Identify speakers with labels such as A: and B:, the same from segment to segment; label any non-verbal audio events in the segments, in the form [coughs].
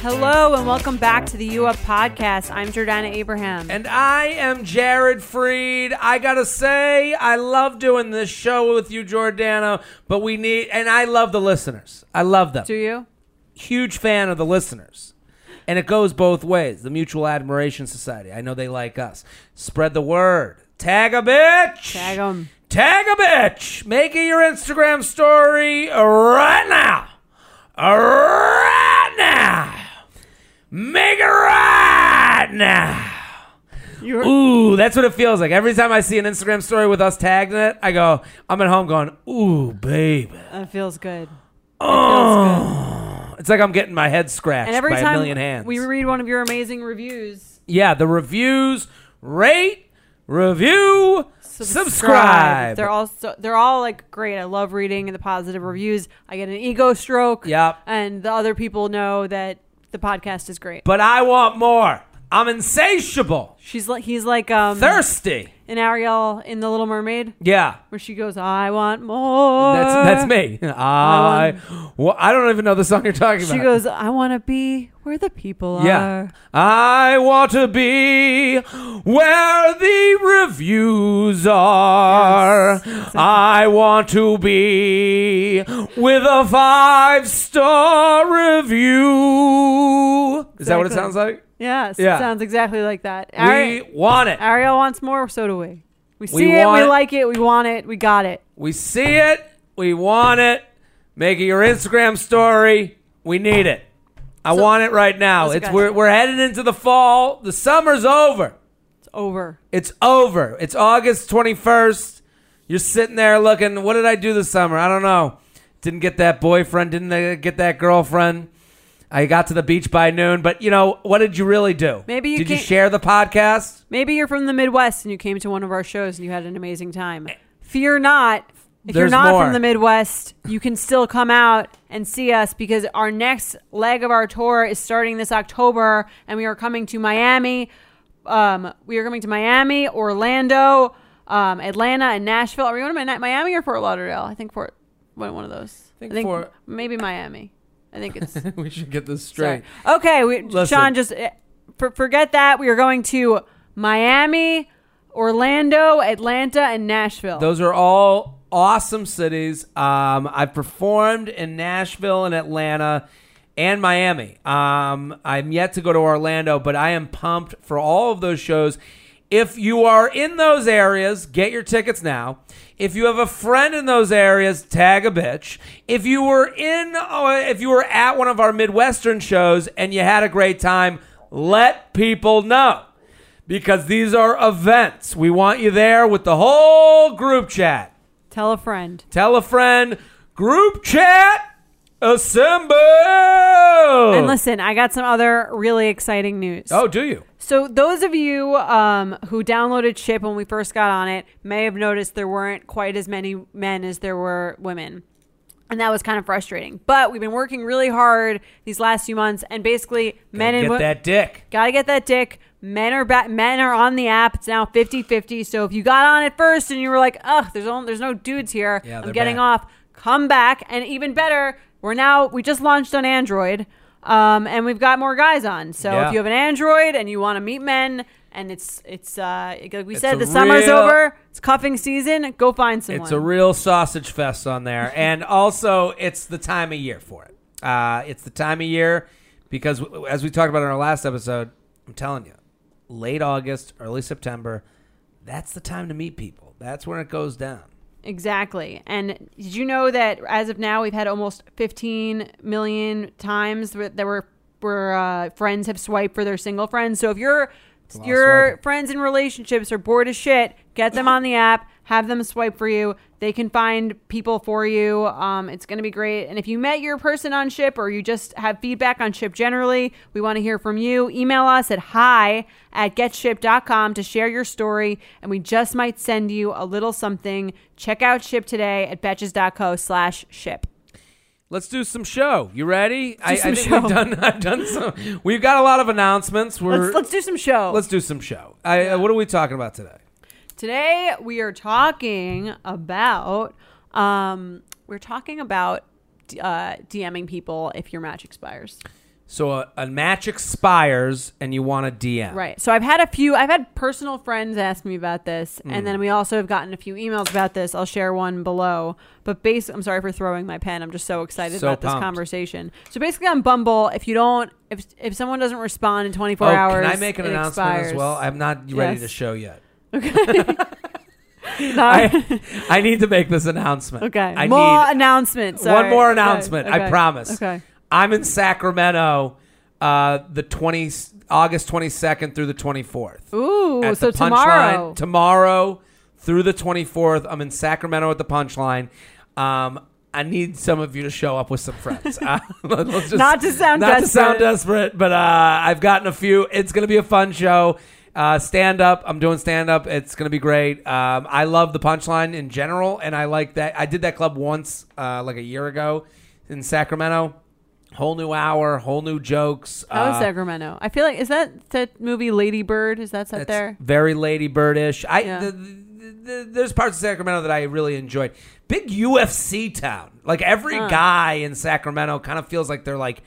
A: Hello and welcome back to the U Up podcast. I'm Jordana Abraham.
B: And I am Jared Freed. I gotta say, I love doing this show with you, Jordana, but we need, and I love the listeners. I love them.
A: Do you?
B: Huge fan of the listeners. And it goes both ways the Mutual Admiration Society. I know they like us. Spread the word. Tag a bitch.
A: Tag 'em.
B: Tag a bitch. Make it your Instagram story right now. Right now. Make it right now.
A: You're-
B: Ooh, that's what it feels like. Every time I see an Instagram story with us tagged in it, I go, I'm at home going, ooh, baby.
A: That feels good.
B: Oh. It's like I'm getting my head scratched
A: And every
B: by
A: time
B: a million hands.
A: we read one of your amazing reviews,
B: yeah, the reviews, rate, review, subscribe.
A: They're all so, they're all like great. I love reading the positive reviews. I get an ego stroke.
B: Yep.
A: And the other people know that the podcast is great.
B: but I want more. I'm insatiable,
A: She's like he's like um
B: thirsty.
A: in Ariel in The Little Mermaid
B: Yeah.
A: where she goes, I want more.
B: That's that's me. I well, I don't even know the song you're talking
A: She
B: about.
A: goes, I want to be where the people
B: Yeah.
A: are.
B: I want to be where the reviews are.
A: Yes, exactly.
B: I want to be with a five star review. Is that what it
A: Exactly.
B: sounds like?
A: Yes,
B: Yeah.
A: it sounds exactly like that.
B: We
A: Ari-
B: want it.
A: Ariel wants more, so do we. We see
B: We
A: it, we
B: want it.
A: like it, we want it, we got it.
B: We see it. We want it. Make it your Instagram story. We need it. I
A: So-
B: want it right now.
A: Listen,
B: It's
A: guys.
B: we're, we're headed into the fall. The summer's over.
A: It's over.
B: It's over. It's August 21st. You're sitting there looking, what did I do this summer? I don't know. Didn't get that boyfriend, didn't uh, get that girlfriend. I got to the beach by noon, but you know, what did you really do?
A: Maybe you
B: Did you
A: can't-
B: share the podcast?
A: Maybe you're from the Midwest and you came to one of our shows and you had an amazing time. Fear not. If you're
B: There's
A: not
B: more.
A: from the Midwest, you can still come out and see us because our next leg of our tour is starting this October and we are coming to Miami. Um, we are coming to Miami, Orlando, um, Atlanta, and Nashville. Are we going to Mi- Miami or Fort Lauderdale? I think Fort, one one of those. I
B: think Fort-
A: maybe Miami. I think it's
B: [laughs] we should get this
A: Sorry. Okay, we,
B: Listen.
A: Sean, just eh, for, forget that. We are going to Miami, Orlando, Atlanta, and Nashville.
B: Those are all awesome cities. Um, I've performed in Nashville and Atlanta and Miami. Um, I'm yet to go to Orlando, but I am pumped for all of those shows. If you are in those areas, get your tickets now. If you have a friend in those areas, tag a bitch. If you were in, uh, if you were at one of our Midwestern shows and you had a great time, let people know because these are events. We want you there with the whole group chat.
A: Tell a friend.
B: Tell a friend, group chat, assemble. And
A: And listen, I got some other really exciting news.
B: oh, do you?
A: So those of you um, who downloaded Chip when we first got on it may have noticed there weren't quite as many men as there were women. And that was kind of frustrating. But we've been working really hard these last few months and basically men and
B: Get
A: women
B: that dick.
A: Got to get that dick. Men are back. Men are on the app. It's now 50-50. So if you got on it first and you were like, "Ugh, there's only, there's no dudes here.
B: Yeah,
A: I'm
B: they're
A: getting
B: back.
A: off." Come back, and even better, we're now we just launched on Android, um, and we've got more guys on. So
B: Yeah.
A: if you have an Android and you want to meet men, and it's it's uh, like we said,
B: a
A: the summer's
B: real-
A: over. It's cuffing season. Go find someone.
B: It's a real sausage fest on
A: [laughs]
B: there. and also, it's the time of year for it. Uh, it's the time of year because, w- as we talked about in our last episode, I'm telling you, late August, early September, that's the time to meet people. That's when it goes down.
A: Exactly. And did you know that as of now, we've had almost 15 million times where- that were where uh, friends have swiped for their single friends. So if your
B: lot of
A: your
B: swiping.
A: friends in relationships are bored as shit, get them on the app. Have them swipe for you. They can find people for you. Um, it's going to be great. And if you met your person on ship or you just have feedback on ship generally, we want to hear from you. Email us at hi at getship.com to share your story, and we just might send you a little something. Check out ship today at betches.co slash ship.
B: Let's do some show. You ready? I,
A: some
B: I think
A: show.
B: we've done. [laughs] I've done some. We've got a lot of announcements. We're
A: Let's, let's do some show.
B: let's do some show. I, uh, What are we talking about today?
A: Today we are talking about um, we're talking about uh, DMing people if your match expires.
B: So a, a match expires and you want to DM.
A: Right. So I've had a few I've had personal friends ask me about this
B: Mm.
A: and then we also have gotten a few emails about this. I'll share one below. But basically I'm sorry for throwing my pen. I'm just so excited
B: So
A: about this
B: pumped.
A: conversation. So basically on Bumble, if you don't if if someone doesn't respond in 24
B: Oh,
A: hours,
B: can I make an
A: it
B: announcement as
A: expires.
B: well? I'm not ready
A: Yes.
B: to show yet.
A: [laughs] No.
B: I, I need to make this announcement.
A: okay. [laughs]
B: I
A: more
B: need
A: announcements.
B: one
A: Sorry.
B: more
A: Okay.
B: announcement. I
A: Okay.
B: promise.
A: Okay.
B: I'm in Sacramento, uh, the 20 August 22nd through the 24th.
A: Ooh,
B: at
A: so
B: the
A: tomorrow.
B: Punchline. Tomorrow through the 24th, I'm in Sacramento at the Punchline. Um, I need some of you to show up with some
A: [laughs]
B: friends. [laughs] Uh, let's just-
A: Not to sound
B: not to sound
A: desperate.
B: desperate, but uh, I've gotten a few. It's going to be a fun show. Uh, stand up. I'm doing stand up. It's going to be great. Um, I love the Punchline in general, and I like that. I did that club once, uh, like a year ago, in Sacramento. Whole new hour, whole new jokes.
A: That was
B: uh,
A: Sacramento. I feel like is that that movie Lady Bird? Is that set
B: That's
A: there?
B: Very Lady Birdish. I
A: Yeah.
B: the, the, the, there's parts of Sacramento that I really enjoyed. Big UFC town. Like every guy in Sacramento kind of feels like they're like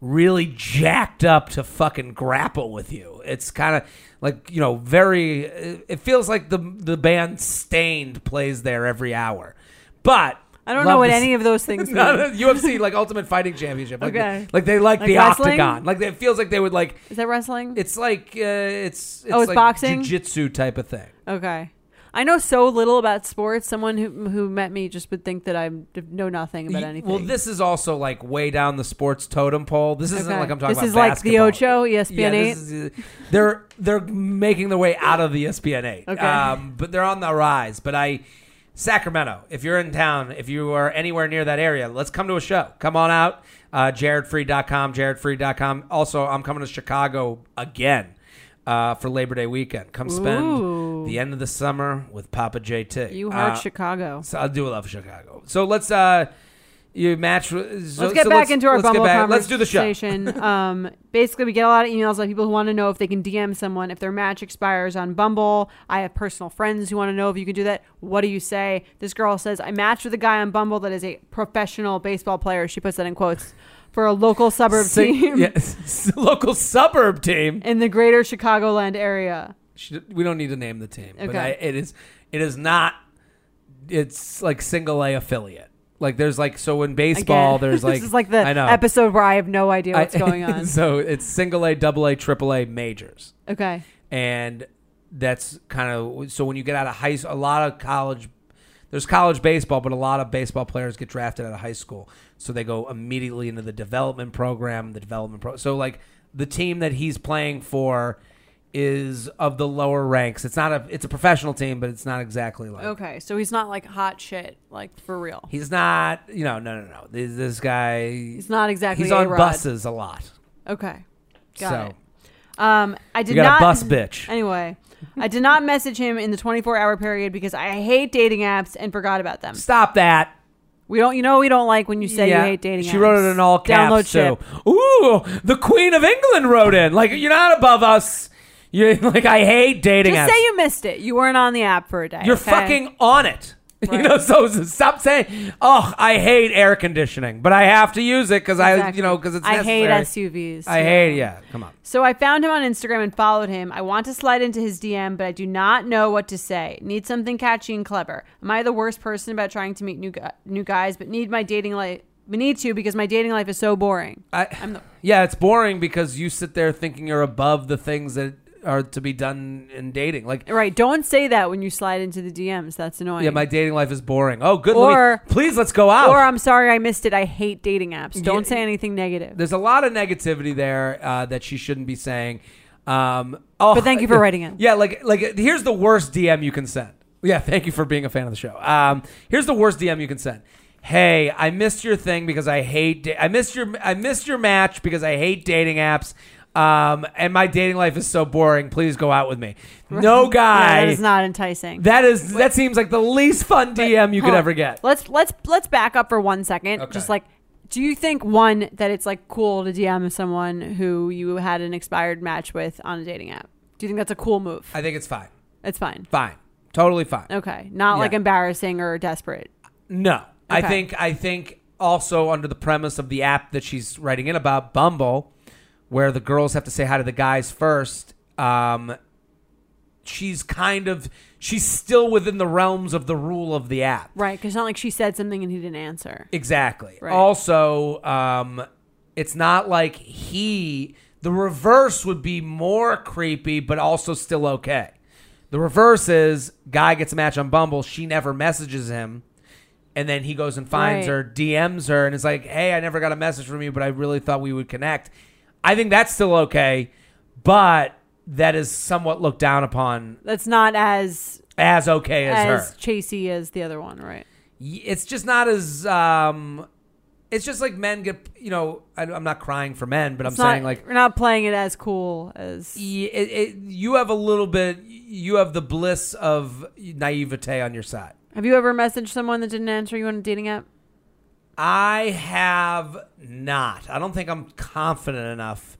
B: really jacked up to fucking grapple with you. It's kind of like you know very. It it feels like the the band Stained plays there every hour, but.
A: I don't
B: love
A: know what
B: this- [laughs]
A: any of those things mean.
B: No, no, UFC like Ultimate Fighting Championship. Like,
A: Okay.
B: like they like,
A: Like
B: the
A: wrestling?
B: octagon. Like it feels like they would like
A: Is that wrestling?
B: it's like uh, it's, it's
A: Oh, it's
B: like
A: boxing?
B: jujitsu type of thing.
A: okay. I know so little about sports. Someone who who met me just would think that I know nothing about
B: Y-
A: anything.
B: Well, this is also like way down the sports totem pole. This isn't
A: Okay.
B: like I'm talking
A: This
B: about.
A: is like the
B: basketball.
A: Ocho, E ESPN
B: yeah,
A: eight?
B: this is- they're they're making their way out of the ESPN eight.
A: Okay.
B: um, but they're on the rise. But I. Sacramento, if you're in town, if you are anywhere near that area, let's come to a show. Come on out. Uh, jaredfree.com, jaredfree.com. Also, I'm coming to Chicago again uh, for Labor Day weekend. Come spend
A: Ooh.
B: the end of the summer with Papa JT.
A: you heard
B: Uh,
A: Chicago.
B: so I do love Chicago. So let's uh you match. So, let's
A: let's get back into our
B: let's
A: Bumble
B: get back- Let's do the show.
A: conversation. [laughs] um, basically, we get a lot of emails of people who want to know if they can DM someone if their match expires on Bumble. I have personal friends who want to know if you can do that. What do you say? This girl says, "I matched with a guy on Bumble that is a professional baseball player." She puts that in quotes for a
B: [laughs]
A: local suburb
B: Sing-
A: team
B: yeah, s- local suburb team.
A: in the greater Chicagoland area.
B: Sh- We don't need to name the team, but
A: Okay.
B: I, it is it is not. It's like single A affiliate. Like there's like so in baseball
A: Again,
B: there's like
A: [laughs] this is like the
B: I know
A: episode where I have no idea
B: I-
A: what's
B: [laughs]
A: going on.
B: so it's single A, double A, triple A majors.
A: Okay,
B: and that's kind of so when you get out of high a lot of college there's college baseball but a lot of baseball players get drafted out of high school so they go immediately into the development program the development pro so like the team that he's playing for is of the lower ranks it's not a it's a professional team but it's not exactly like
A: okay. So he's not like hot shit, like for real.
B: he's not you know no no no this, this guy
A: He's not exactly
B: he's on
A: A-Rod.
B: buses a lot
A: Okay, got
B: so
A: it. Um, I did
B: you got
A: not
B: a bus
A: [laughs]
B: bitch
A: Anyway, I did not message him in the 24 hour period because I hate dating apps and forgot about them.
B: stop that
A: We don't, you know, we don't like when you say you hate dating.
B: She wrote it
A: apps.
B: in all
A: Download
B: caps
A: ship.
B: too. Ooh, the Queen of England wrote in. Like you're not above us. You [laughs] like I hate dating
A: Just
B: apps.
A: say you missed it. You weren't on the app for a day.
B: You're
A: okay?
B: fucking on it. [laughs] You know, so s- stop saying, "Oh, I hate air conditioning," but I have to use it because I,
A: Exactly.
B: you know, because it's
A: I hate
B: necessary.
A: SUVs.
B: I hate. Yeah, come on.
A: So I found him on Instagram and followed him. I want to slide into his DM, but I do not know what to say. Need something catchy and clever. Am I the worst person about trying to meet new gu- new guys? But need my dating life. Need to because my dating life is so boring.
B: I, yeah, it's boring because you sit there thinking you're above the things that are to be done in dating. Like,
A: Right. Don't say that when you slide into the DMs. That's annoying.
B: yeah, my dating life is boring. Oh, good.
A: Or-
B: Or, please, let's go out.
A: or I'm sorry I missed it. I hate dating apps. Don't
B: Yeah.
A: say anything negative.
B: There's a lot of negativity there uh, that she shouldn't be saying. Um, oh,
A: But thank you for writing it.
B: Yeah, like like here's the worst DM you can send. Yeah, thank you for being a fan of the show. Um, here's the worst DM you can send. Hey, I missed your thing because I hate. Da- I missed your. I missed your match because I hate dating apps. Um, and my dating life is so boring. Please go out with me. No guy.
A: Yeah, that is not enticing.
B: That is that seems like the least fun DM you could
A: Hold on.
B: ever get.
A: Let's let's let's back up for one second.
B: Okay.
A: Just like, do you think one that it's like cool to DM someone who you had an expired match with on a dating app? Do you think that's a cool move?
B: I think it's fine.
A: it's fine.
B: Fine. Totally fine.
A: Okay, not
B: Yeah.
A: like embarrassing or desperate.
B: No. I
A: Okay.
B: think I think also under the premise of the app that she's writing in about Bumble where the girls have to say hi to the guys first, um she's kind of she's still within the realms of the rule of the app.
A: Right, because it's not like she said something and he didn't answer.
B: Exactly.
A: Right.
B: Also, um, it's not like he. The reverse would be more creepy, but also still okay. The reverse is guy gets a match on Bumble. She never messages him. And then he goes and finds
A: Right.
B: her, DMs her, and is like, hey, I never got a message from you, but I really thought we would connect. I think that's still okay, but that is somewhat looked down upon
A: That's not as
B: as okay as, her.
A: as chasey as the other one, right?
B: Y- it's just not as um it's just like men get you know I, i'm not crying for men but
A: It's
B: i'm
A: not,
B: saying like
A: we're not playing it as cool as
B: y- it, it, you have a little bit you have the bliss of naivete on your side
A: Have you ever messaged someone that didn't answer you on a dating app?
B: i have not i don't think i'm confident enough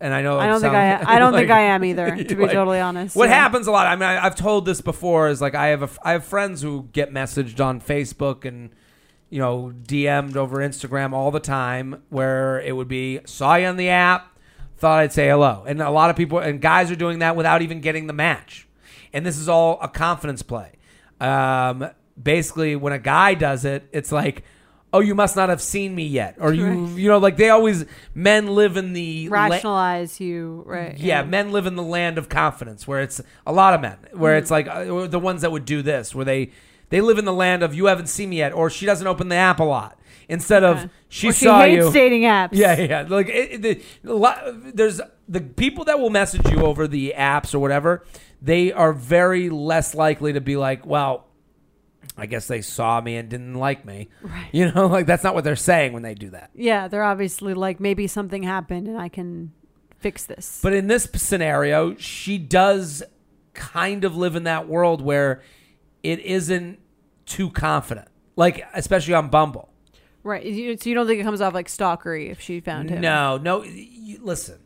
B: and i know
A: I don't
B: [laughs]
A: think I. I don't think I am either. To be
B: Oh, like-
A: totally honest,
B: What
A: Yeah.
B: happens a lot? I mean, I, I've told this before. Is like I have a, f- I have friends who get messaged on Facebook and you know DM'd over Instagram all the time, where it would be saw you on the app, thought I'd say hello, and a lot of people and guys are doing that without even getting the match, and this is all a confidence play. Um, basically, when a guy does it, it's like. Oh, you must not have seen me yet, or you, you know, like they always men live in the la-
A: Rationalize you, right?
B: yeah, men live in the land of confidence, where it's a lot of men, where it's
A: Mm-hmm.
B: like uh, or the ones that would do this, where they they live in the land of you haven't seen me yet, or she doesn't open the app a lot, instead
A: Okay.
B: of she
A: Or
B: saw
A: hates
B: you.
A: dating apps.
B: yeah, yeah, yeah. Like it, it, the, a lot- there's the people that will message you over the apps or whatever. They are very less likely to be like, well, I guess they saw me and didn't like me. Right. You know, [laughs] like that's not what they're saying when they do that.
A: yeah. They're obviously like maybe something happened and I can fix this.
B: But in this scenario, she does kind of live in that world where it isn't too confident, like especially on Bumble.
A: right? You, so you don't think it comes off like stalkery if she found him?
B: No, no. You, listen,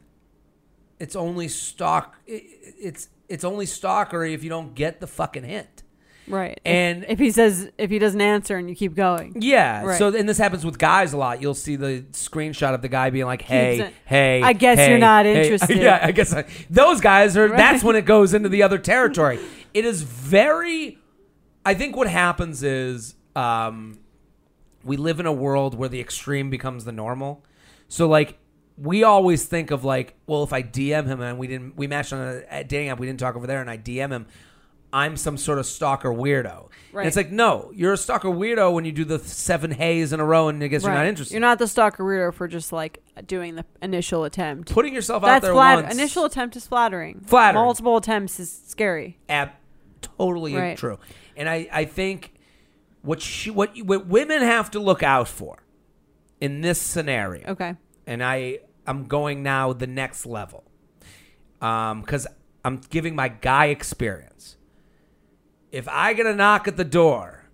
B: it's only stalk. i- i- It's it's only stalkery if you don't get the fucking hint.
A: Right. If-
B: And-
A: if, he says if he doesn't answer and you keep going,
B: Yeah.
A: Right.
B: So and this happens with guys a lot. You'll see the screenshot of the guy being like, "Hey,
A: it-
B: hey,
A: I guess
B: hey,
A: you're not
B: hey." [laughs]
A: interested.
B: Yeah, I guess I, those guys are. That's
A: Right.
B: when it goes into the other
A: [laughs]
B: territory. it is very. I think what happens is um, we live in a world where the extreme becomes the normal. So like we always think of like, well, if I DM him and we didn't we matched on a, a dating app, we didn't talk over there, and I DM him, I'm some sort of stalker weirdo. And
A: Right.
B: it's like no, you're a stalker weirdo when you do the seven hays in a row and I guess you're not
A: Right.
B: interested.
A: You're not the stalker reader for just like doing the initial attempt.
B: putting yourself out
A: That's
B: there
A: flat.
B: once.
A: Initial attempt is flattering.
B: Flattering.
A: Multiple attempts is scary.
B: app totally
A: Right.
B: true. And I, I think what she what you- what women have to look out for in this scenario.
A: Okay.
B: and I I'm going now the next level. Um, because I'm giving my guy experience. If I get a knock at the door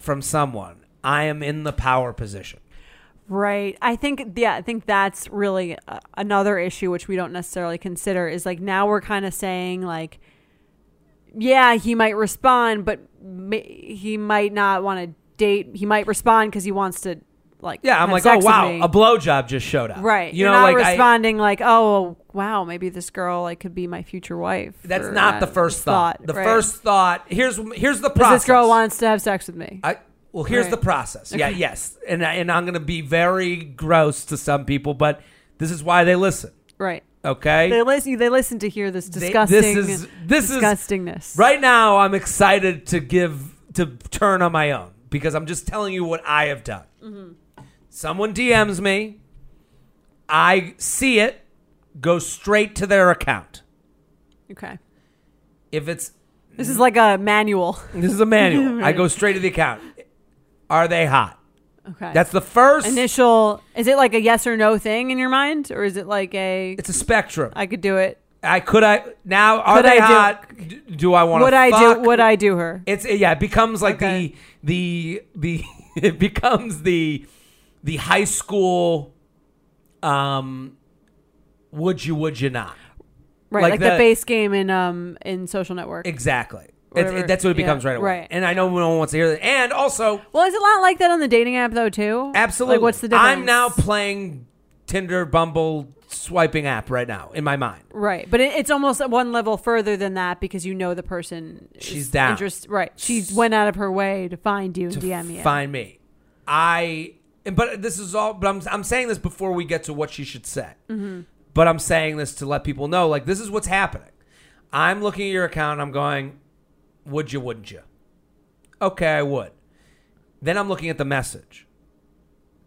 B: from someone, I am in the power position.
A: Right. I think yeah, I think that's really uh, another issue which we don't necessarily consider is like now we're kind of saying like yeah, he might respond, but ma- he might not want to date. He might respond cuz he wants to like
B: Yeah, I'm
A: have
B: like, oh
A: sex with
B: wow,
A: me."
B: a blowjob just showed up.
A: Right.
B: You
A: You're
B: know,
A: not
B: like I-
A: responding like, "Oh, wow, maybe this girl like could be my future wife."
B: that's
A: or
B: not the
A: that
B: first thought. The
A: right.
B: first thought here's here's the
A: Is
B: process.
A: this girl wants to have sex with me.
B: I well, here's
A: Right.
B: the process. Yeah, yes, and I- and I'm gonna be very gross to some people, but this is why they listen.
A: right.
B: Okay,
A: They listen they listen to hear this
B: They-
A: disgusting
B: this is this is
A: disgustingness.
B: right now. I'm excited to give to turn on my own because I'm just telling you what I have done.
A: Mm-hmm.
B: Someone DMs me, I see it, go straight to their account.
A: Okay.
B: If it's
A: This is like a manual.
B: This is a
A: [laughs]
B: manual. I go straight to the account. Are they hot?
A: Okay.
B: That's the first.
A: initial. Is it like a yes or no thing in your mind, or is it like a
B: it's a spectrum. I,
A: I could do it?
B: could I now are
A: Could
B: they
A: I do-
B: hot? Do, do I want
A: Would
B: to?
A: I
B: fuck?
A: do? Would I do her?
B: It's yeah. It becomes like
A: Okay.
B: the the [laughs] the it becomes the the high school. Um, would you? Would you not?
A: Right,
B: like
A: like, the,
B: the-
A: base game in um in Social Network.
B: Exactly. It's,
A: Whatever.
B: that's what it
A: Yeah,
B: becomes right away.
A: right.
B: And I know no one wants to hear that. And also,
A: well, is it not like that on the dating app though too?
B: absolutely,
A: Like, what's the difference?
B: I'm now playing Tinder, Bumble, swiping app right now in my mind.
A: right, but it, it's almost at one level further than that because you know the person. is
B: She's down.
A: Interest, right? She went out of her way to find you and DM you.
B: Find me. I. and- But this is all. But I'm I'm saying this before we get to what she should say.
A: Mm-hmm.
B: But I'm saying this to let people know, like this is what's happening. I'm looking at your account. I'm going, would you? Wouldn't you? Okay, I would. Then I'm looking at the message.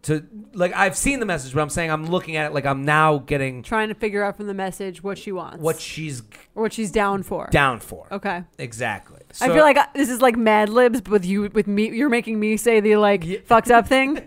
B: To like, I've seen the message, but I'm saying I'm looking at it like I'm now getting
A: Trying to figure out from the message what she wants,
B: what she's
A: or what she's down for.
B: down for.
A: Okay.
B: Exactly.
A: I
B: So-
A: feel like I- this is like Mad Libs but with you with me. You're making me say the like fucked
B: [laughs]
A: up thing.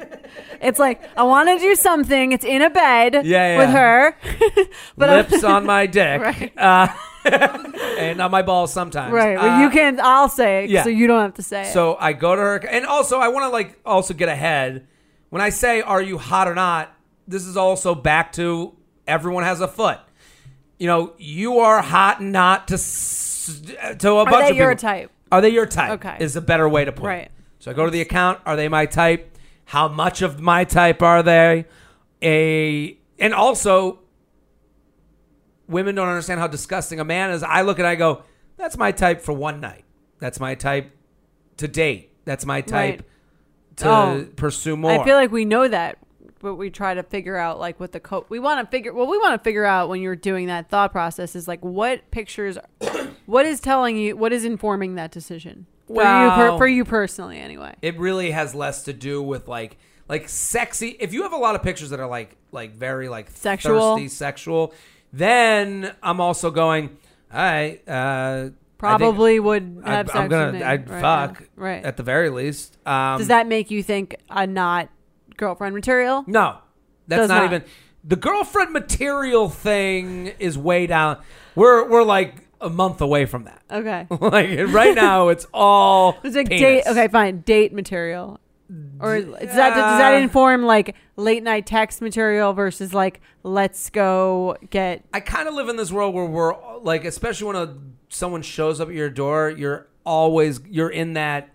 A: It's like I want to do something. It's in a bed
B: yeah.
A: with her, [laughs] but I'm-
B: lips on
A: [laughs]
B: my dick
A: Right.
B: uh, [laughs] and on my balls sometimes.
A: right.
B: Uh,
A: Well, you can. I'll say it,
B: yeah.
A: so you don't have to say it.
B: So I go to her, and also I want to like also get ahead. When I say "Are you hot or not," this is also back to everyone has a foot. You know, you are hot and not to s- to a bunch
A: they
B: of
A: your
B: people.
A: type?
B: Are they your type?
A: Okay.
B: is a better way to put it.
A: Right.
B: So I go to the account. Are they my type? How much of my type are they? A and also, women don't understand how disgusting a man is. I look and I go, "That's my type for one night. That's my type to date. That's my type to
A: Oh.
B: pursue more."
A: I feel like we know that, but we try to figure out like what the co we want to figure. Well, we want to figure out when you're doing that thought process is like what pictures, [coughs] what is telling you, what is informing that decision for you
B: Well-
A: per, for you personally anyway.
B: it really has less to do with like like sexy if you have a lot of pictures that are like like very like
A: Sexual.
B: thirsty sexual then i'm also going all right uh
A: Probably would
B: I
A: have
B: think
A: sex
B: I, am gonna
A: with me
B: i'd
A: right
B: fuck
A: now. Right.
B: at the very least um
A: Does that make you think I'm not girlfriend
B: [laughs]
A: material?
B: no that's
A: Does
B: not,
A: not.
B: even the girlfriend material thing is way down we're we're like a month away from that [laughs]
A: Okay.
B: like right now it's all
A: It's like
B: penis.
A: date. Okay, fine. Date material. Or does that does that
B: Uh,
A: inform like late night text material versus like let's go get
B: I kind of live in this world where we're like, especially when a, someone shows up at your door, you're always you're in that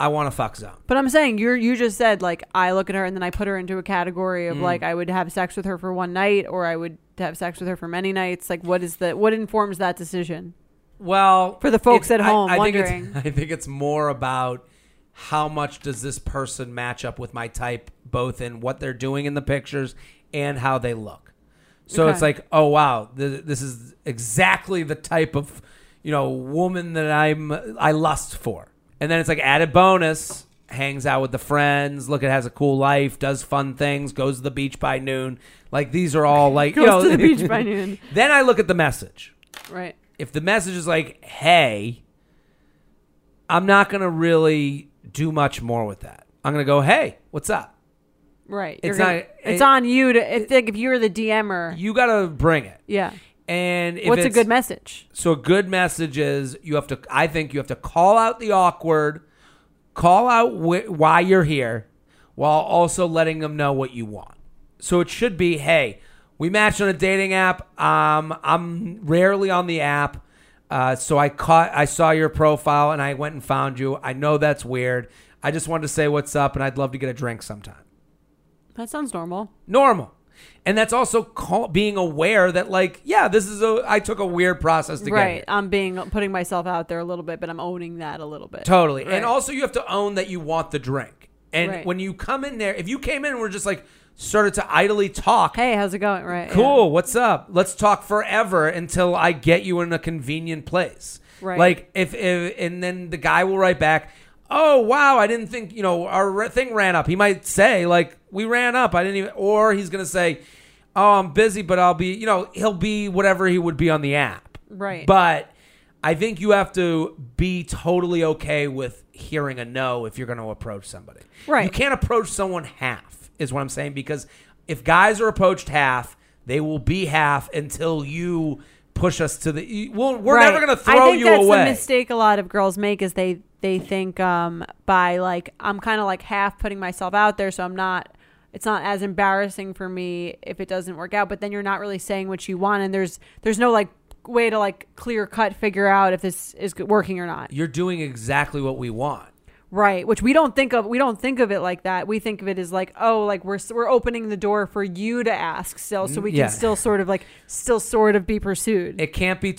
B: I want to fuck zone.
A: But I'm saying you are you just said like I look at her and then I put her into a category
B: Mm.
A: of like I would have sex with her for one night or I would have sex with her for many nights. Like what is the what informs that decision?
B: Well,
A: For the folks
B: it's-
A: at home
B: Think it's, [laughs] I think it's more about how much does this person match up with my type, both in what they're doing in the pictures and how they look. So it's
A: Okay.
B: like, oh wow, th- this is exactly the type of you know woman that I'm I lust for. And then it's like added bonus. Hangs out with the friends. Look, it has a cool life. Does fun things. Goes to the beach by noon. Like these are
A: [laughs]
B: all like you know-
A: Goes to the beach
B: [laughs]
A: by noon.
B: then I look at the message
A: Right.
B: if the message is like, "Hey, I'm not gonna really do much more with that. I'm gonna go, hey, what's up?
A: Right.
B: It's
A: You're gonna-
B: not-
A: it's
B: it-
A: on you to if like, if you're the DMer.
B: You gotta bring it."
A: yeah.
B: And if
A: What's a
B: it's-
A: good message?
B: so a good message is you have to. I think you have to call out the awkward, call out wh- why you're here, while also letting them know what you want. So it should be, hey, we matched on a dating app. Um, I'm rarely on the app, uh, so I caught, I saw your profile and I went and found you. I know that's weird. I just wanted to say what's up, and I'd love to get a drink sometime
A: That sounds normal.
B: normal. And that's also call, being aware that, like, yeah, this is a. I took a weird process to get
A: Right.
B: here.
A: I'm being putting myself out there a little bit, but I'm owning that a little bit.
B: Totally.
A: Right.
B: And also, you have to own that you want the drink. And
A: Right.
B: when you come in there, if you came in and were just like started to idly talk,
A: Hey, how's it going? Right. yeah.
B: cool, what's up? Let's talk forever until I get you in a convenient place.
A: Right.
B: Like if, if and then the guy will write back, "Oh wow, I didn't think you know our re- thing ran up." He might say like, "We ran up. I didn't even," or he's gonna say, "Oh, I'm busy, but I'll be," you know, he'll be whatever he would be on the app.
A: Right.
B: But I think you have to be totally okay with hearing a no if you're going to approach somebody.
A: Right.
B: You can't approach someone half, is what I'm saying, because if guys are approached half, they will be half until you push us to the. you- We'll, we're never
A: Right.
B: going to
A: I
B: throw
A: think
B: you
A: that's
B: away.
A: the mistake a lot of girls make is they they think um, by like I'm kind of like half putting myself out there, so I'm not. It's not as embarrassing for me if it doesn't work out. But then you're not really saying what you want, and there's there's no like way to like clear cut figure out if this is g- working or not.
B: You're doing exactly what we want.
A: Right, which we don't think of. We don't think of it like that. We think of it as like, oh, like we're s- we're opening the door for you to ask still, so we can
B: Mm, yeah.
A: still sort of like still sort of be pursued.
B: It can't be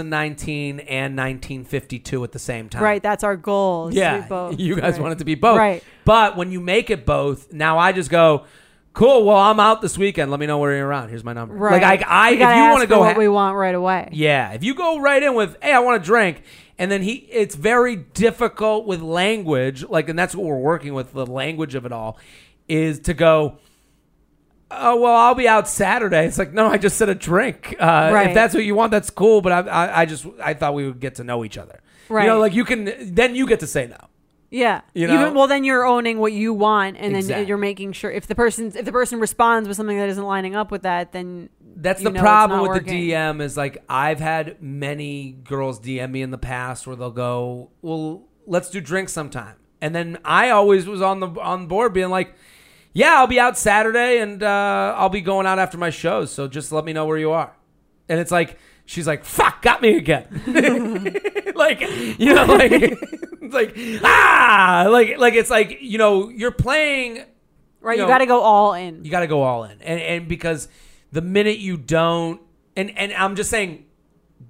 B: 2019 and 1952 at the same time.
A: right, that's our goal. is to be
B: Yeah,
A: both.
B: you guys
A: Right.
B: want it to be both.
A: Right.
B: But when you make it both, now I just go, cool. Well, I'm out this weekend. Let me know where you're around. Here's my number.
A: Right.
B: Like I, I
A: We
B: if you
A: gotta
B: want
A: ask
B: to
A: for
B: go,
A: what
B: ha-
A: we want right away.
B: yeah. If you go right in with, hey, I want a drink, and then he, it's very difficult with language. Like, and that's what we're working with. The language of it all is to go. Oh well, I'll be out Saturday. It's like no, I just said a drink. Uh, If
A: Right.
B: that's what you want, that's cool. But I, I, I just I thought we would get to know each other. You know,
A: Right.
B: like you can then you get to say no.
A: Yeah.
B: You know?
A: Even, well, then you're owning what you want, and
B: Exactly.
A: then you're making sure if the person if the person responds with something that isn't lining up with that, then
B: That's
A: you
B: the
A: know it's
B: problem
A: not
B: with
A: working.
B: the DM is like I've had many girls DM me in the past where they'll go, "Well, let's do drinks sometime," and then I always was on the on board being like, "Yeah, I'll be out Saturday and uh, I'll be going out after my shows, so just let me know where you are." And it's like she's like, "Fuck, got me again," [laughs] like you know, like [laughs] it's like ah, like like it's like you know you're playing
A: Right,
B: You
A: you,
B: know,
A: got to go all in.
B: you got to go all in and and because the minute you don't and and i'm just saying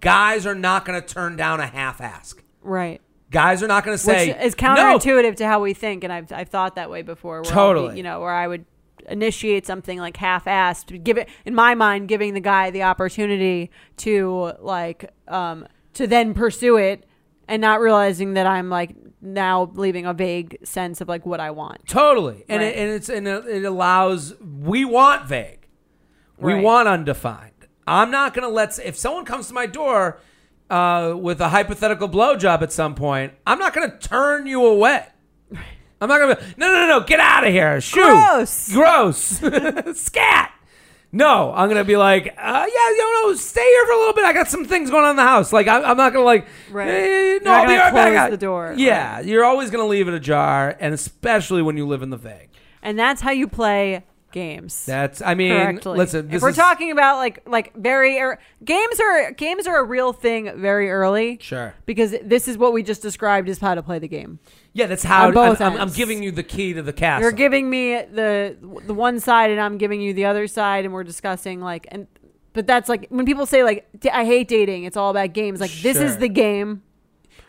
B: guys are not going to turn down a half ask
A: right.
B: guys are not going to say
A: Which is
B: "No."
A: counterintuitive to how we think, and I've I've thought that way before. Where I'll be-
B: Totally.
A: you know, where I would initiate something like half-assed, to give it in my mind, giving the guy the opportunity to like um to then pursue it, and not realizing that I'm like now leaving a vague sense of like what I want.
B: totally and
A: Right.
B: it, and it's and it allows we want vague we
A: Right.
B: want undefined i'm not going to let s- if someone comes to my door uh, with a hypothetical blowjob at some point i'm not going to turn you away I'm not gonna. Be, no, no, no, no! Get out of here! Shoo!
A: Gross.
B: gross, [laughs] scat. No, I'm gonna be like, uh, yeah, you know, stay here for a little bit. I got some things going on in the house. Like, I'm, I'm not gonna like,
A: Right.
B: eh,
A: You're
B: no,
A: not
B: I'll be
A: gonna
B: right back.
A: close
B: out.
A: the door.
B: Yeah, you're always gonna leave it ajar, and especially when you live in the vague.
A: and that's how you play games
B: That's, I mean,
A: correctly.
B: listen, this
A: if we're
B: is-
A: talking about like like very er- games are games are a real thing very early,
B: Sure.
A: because this is what we just described is how to play the game.
B: yeah, that's how
A: on both
B: I'm, I'm, I'm
A: ends.
B: giving you the key to the castle.
A: You're giving me the the one side, and I'm giving you the other side, and we're discussing like and but that's like when people say like "D- I hate dating, it's all about games. Like this
B: Sure.
A: is the game,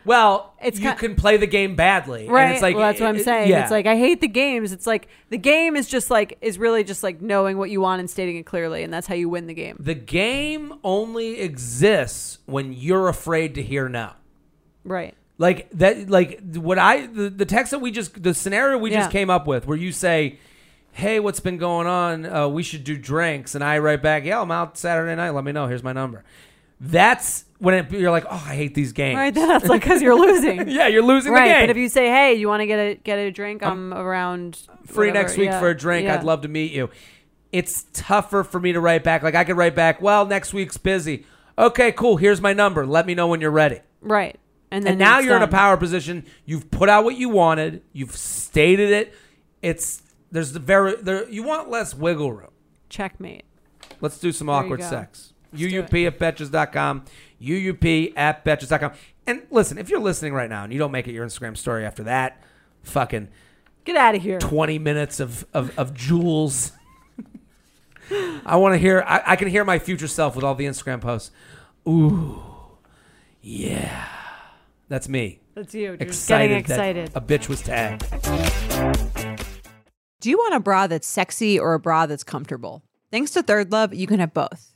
B: well,
A: It's
B: you
A: ki-
B: can play the game badly,
A: right?
B: And it's like,
A: well, that's what I'm
B: it-
A: saying.
B: Yeah.
A: It's like I hate the games. It's like the game is just like is really just like knowing what you want and stating it clearly, and that's how you win the game.
B: the game only exists when you're afraid to hear no.
A: Right.
B: like that like what i the, the text that we just the scenario we just
A: Yeah.
B: came up with where you say hey what's been going on uh, we should do drinks and i write back yeah i'm out saturday night let me know here's my number that's when it, you're like oh i hate these games [laughs]
A: Right. That's like because you're losing.
B: yeah [laughs] you're losing the
A: Right.
B: game
A: But if you say, "Hey, you want to get a get a drink? I'm around
B: free
A: whatever,"
B: next week
A: yeah,
B: for a drink
A: yeah.
B: i'd love to meet you it's tougher for me to write back like i could write back well next week's busy okay cool here's my number let me know when you're ready
A: Right. And then
B: and now
A: it's
B: you're in a
A: done.
B: power position. You've put out what you wanted. You've stated it. It's there's the very there. You want less wiggle room.
A: checkmate.
B: Let's do some
A: you
B: awkward
A: go.
B: sex.
A: do
B: UUP at betches.com. UUP at betches.com. And listen, if you're listening right now and you don't make it your Instagram story after that, fucking
A: Get out of here.
B: 20 minutes of of, of jewels. [laughs] I want to hear. I, I can hear my future self with all the Instagram posts. Ooh, yeah, that's me
A: That's you. Dude.
B: excited,
A: Getting
B: that
A: excited.
B: a bitch was tagged.
C: Do you want a bra that's sexy or a bra that's comfortable? Thanks to Third Love, you can have both.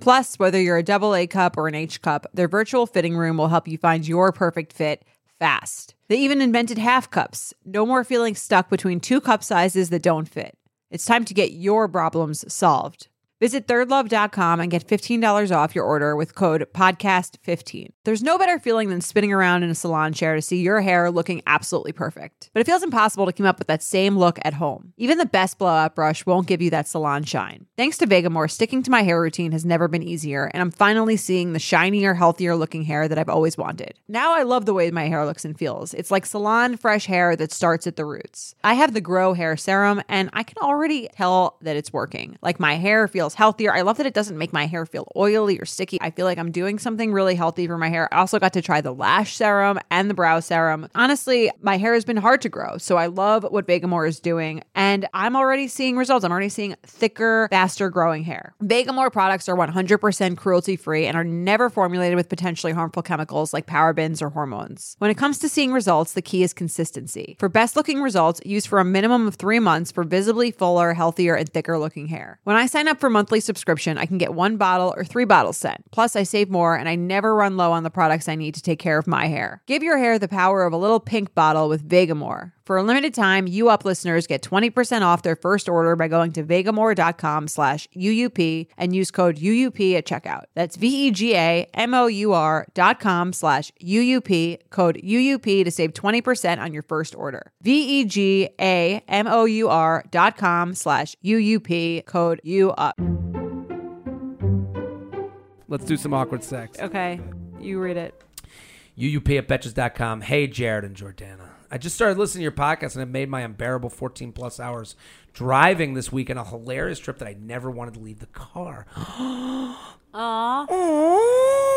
C: Plus, whether you're a double A cup or an H cup, their virtual fitting room will help you find your perfect fit fast. They even invented half cups. No more feeling stuck between two cup sizes that don't fit. It's time to get your problems solved. Visit thirdlove.com and get $15 off your order with code PODCAST15. There's no better feeling than spinning around in a salon chair to see your hair looking absolutely perfect. But it feels impossible to keep up with that same look at home. Even the best blowout brush won't give you that salon shine. Thanks to Vegamore, sticking to my hair routine has never been easier, and I'm finally seeing the shinier, healthier looking hair that I've always wanted. Now I love the way my hair looks and feels. It's like salon fresh hair that starts at the roots. I have the Grow Hair Serum, and I can already tell that it's working. Like my hair feels healthier. I love that it doesn't make my hair feel oily or sticky. I feel like I'm doing something really healthy for my hair. I also got to try the lash serum and the brow serum. Honestly, my hair has been hard to grow, so I love what Vegamore is doing, and I'm already seeing results. I'm already seeing thicker, faster growing hair. Vegamore products are 100% cruelty free and are never formulated with potentially harmful chemicals like parabens or hormones. When it comes to seeing results, the key is consistency. For best looking results, use for a minimum of three months for visibly fuller, healthier, and thicker looking hair. When I sign up for monthly subscription, I can get one bottle or three bottles sent. Plus, I save more and I never run low on the products I need to take care of my hair. Give your hair the power of a little pink bottle with Vegamore. For a limited time, you up listeners get 20% off their first order by going to vegamore.com slash UUP and use code UUP at checkout. That's E V-E-G-A-M-O-U-R dot com slash UUP, code UUP to save 20% on your first order. E V-E-G-A-M-O-U-R dot com slash UUP, code UUP.
B: Let's do some awkward sex.
A: Okay, you read it.
B: UUP at betches.com. Hey, Jared and Jordana. I just started listening to your podcast and it made my unbearable 14 plus hours driving this week on a hilarious trip that I never wanted to leave the car. [laughs]
A: Aw.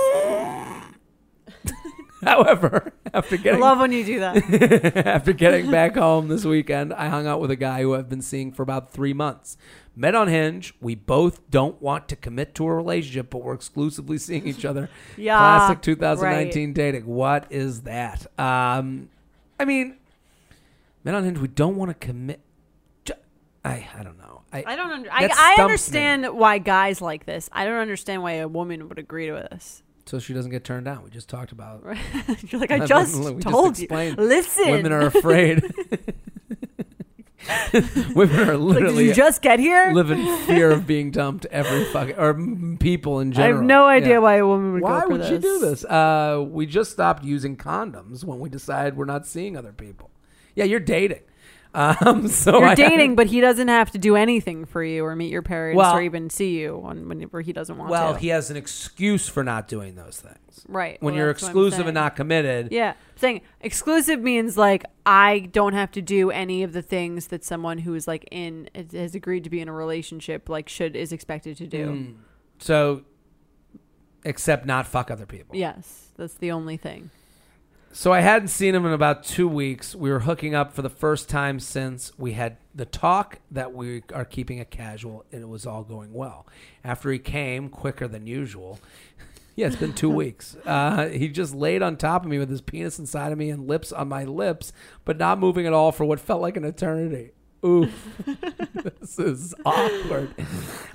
B: However, [laughs] after getting
A: Love when you do that.
B: [laughs] After getting back home this weekend, I hung out with a guy who I've been seeing for about three months. Met on Hinge. We both don't want to commit to a relationship, but we're exclusively seeing each other.
A: Yeah,
B: Classic 2019 dating. What is that? Um, I mean, met on Hinge. We don't want to commit. Ju- I I don't know. I,
A: I don't under-
B: that
A: I,
B: stumps
A: I
B: me.
A: understand why guys like this. I don't understand why a woman would agree to this.
B: So she doesn't get turned down. We just talked about.
A: [laughs] You're like,
B: [laughs]
A: I
B: We
A: just
B: just
A: told you.
B: explained
A: Listen.
B: Women are
A: [laughs]
B: afraid. [laughs] Women are
A: It's like, did
B: literally
A: you just get here?
B: live in fear of being dumped every fucking or m- people in
A: I
B: general.
A: have no idea
B: Yeah.
A: why a woman would
B: Why
A: go for
B: would
A: this.
B: you do this? Uh, we just stopped using condoms when we decided we're not seeing other people. Yeah, you're dating. [laughs] Um, so
A: You're
B: I-
A: dating, but he doesn't have to do anything for you or meet your parents
B: Well-
A: or even see you when, whenever he doesn't want
B: [laughs] Well,
A: to.
B: he has an excuse for not doing those things.
A: right.
B: When
A: well,
B: you're
A: that's what I'm
B: exclusive
A: saying.
B: and not committed,
A: Yeah. I'm saying exclusive means like I don't have to do any of the things that someone who is like in has agreed to be in a relationship like should is expected to do.
B: Mm. so except not fuck other people.
A: Yes, that's the only thing.
B: So I hadn't seen him in about two weeks. We were hooking up for the first time since we had the talk that we are keeping it casual, and it was all going well. After he came quicker than usual, [laughs] yeah, it's been two weeks. Uh, he just laid on top of me with his penis inside of me and lips on my lips, but not moving at all for what felt like an eternity. Ooh, [laughs] this is awkward.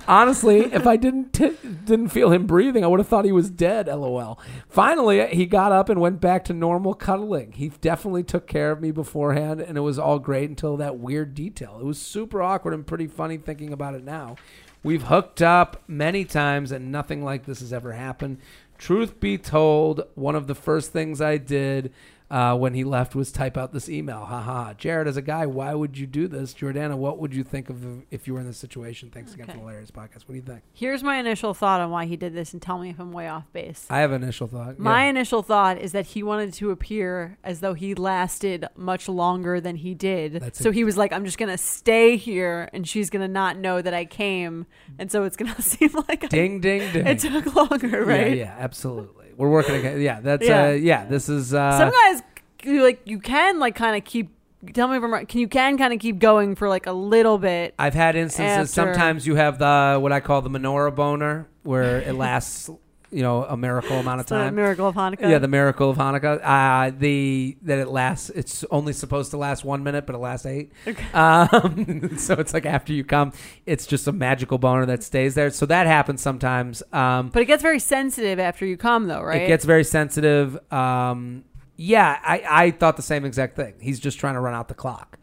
B: Honestly, if I didn't t- didn't feel him breathing, I would have thought he was dead. LOL. Finally, he got up and went back to normal cuddling. He definitely took care of me beforehand, and it was all great until that weird detail. It was super awkward and pretty funny thinking about it now. We've hooked up many times, and nothing like this has ever happened. Truth be told, one of the first things I did uh, when he left was type out this email. Haha. Jared, as a guy, why would you do this? Jordana, what would you think of if you were in this situation? Thanks again for the
A: Okay.
B: hilarious podcast. What do you think?
A: Here's my initial thought on why he did this and tell me if I'm way off base.
B: I have an initial thought.
A: My
B: Yeah.
A: initial thought is that he wanted to appear as though he lasted much longer than he did.
B: That's
A: so
B: it.
A: he was like, I'm just going to stay here and she's going to not know that I came. And so it's going to [laughs] seem like I,
B: ding ding ding.
A: it took longer, [laughs] right?
B: Yeah, yeah, absolutely. We're working again. Yeah, that's yeah.
A: Yeah.
B: Uh, yeah this is uh,
A: Some guys, you like, you can, like, kind of keep, tell me if I'm right, can, you can kind of keep going for, like, a little bit.
B: I've had instances.
A: After-
B: Sometimes you have the what I call the menorah boner, where it lasts [laughs] you know a miracle amount of
A: The
B: time.
A: miracle of Hanukkah.
B: Yeah, the miracle of Hanukkah. Uh, the that it lasts. It's only supposed to last one minute, but it lasts eight. [laughs] Um, so it's like after you come, it's just a magical boner that stays there. So that happens sometimes. Um,
A: but it gets very sensitive after you come, though, right?
B: It gets very sensitive. Um, yeah, I, I thought the same exact thing. He's just trying to run out the clock.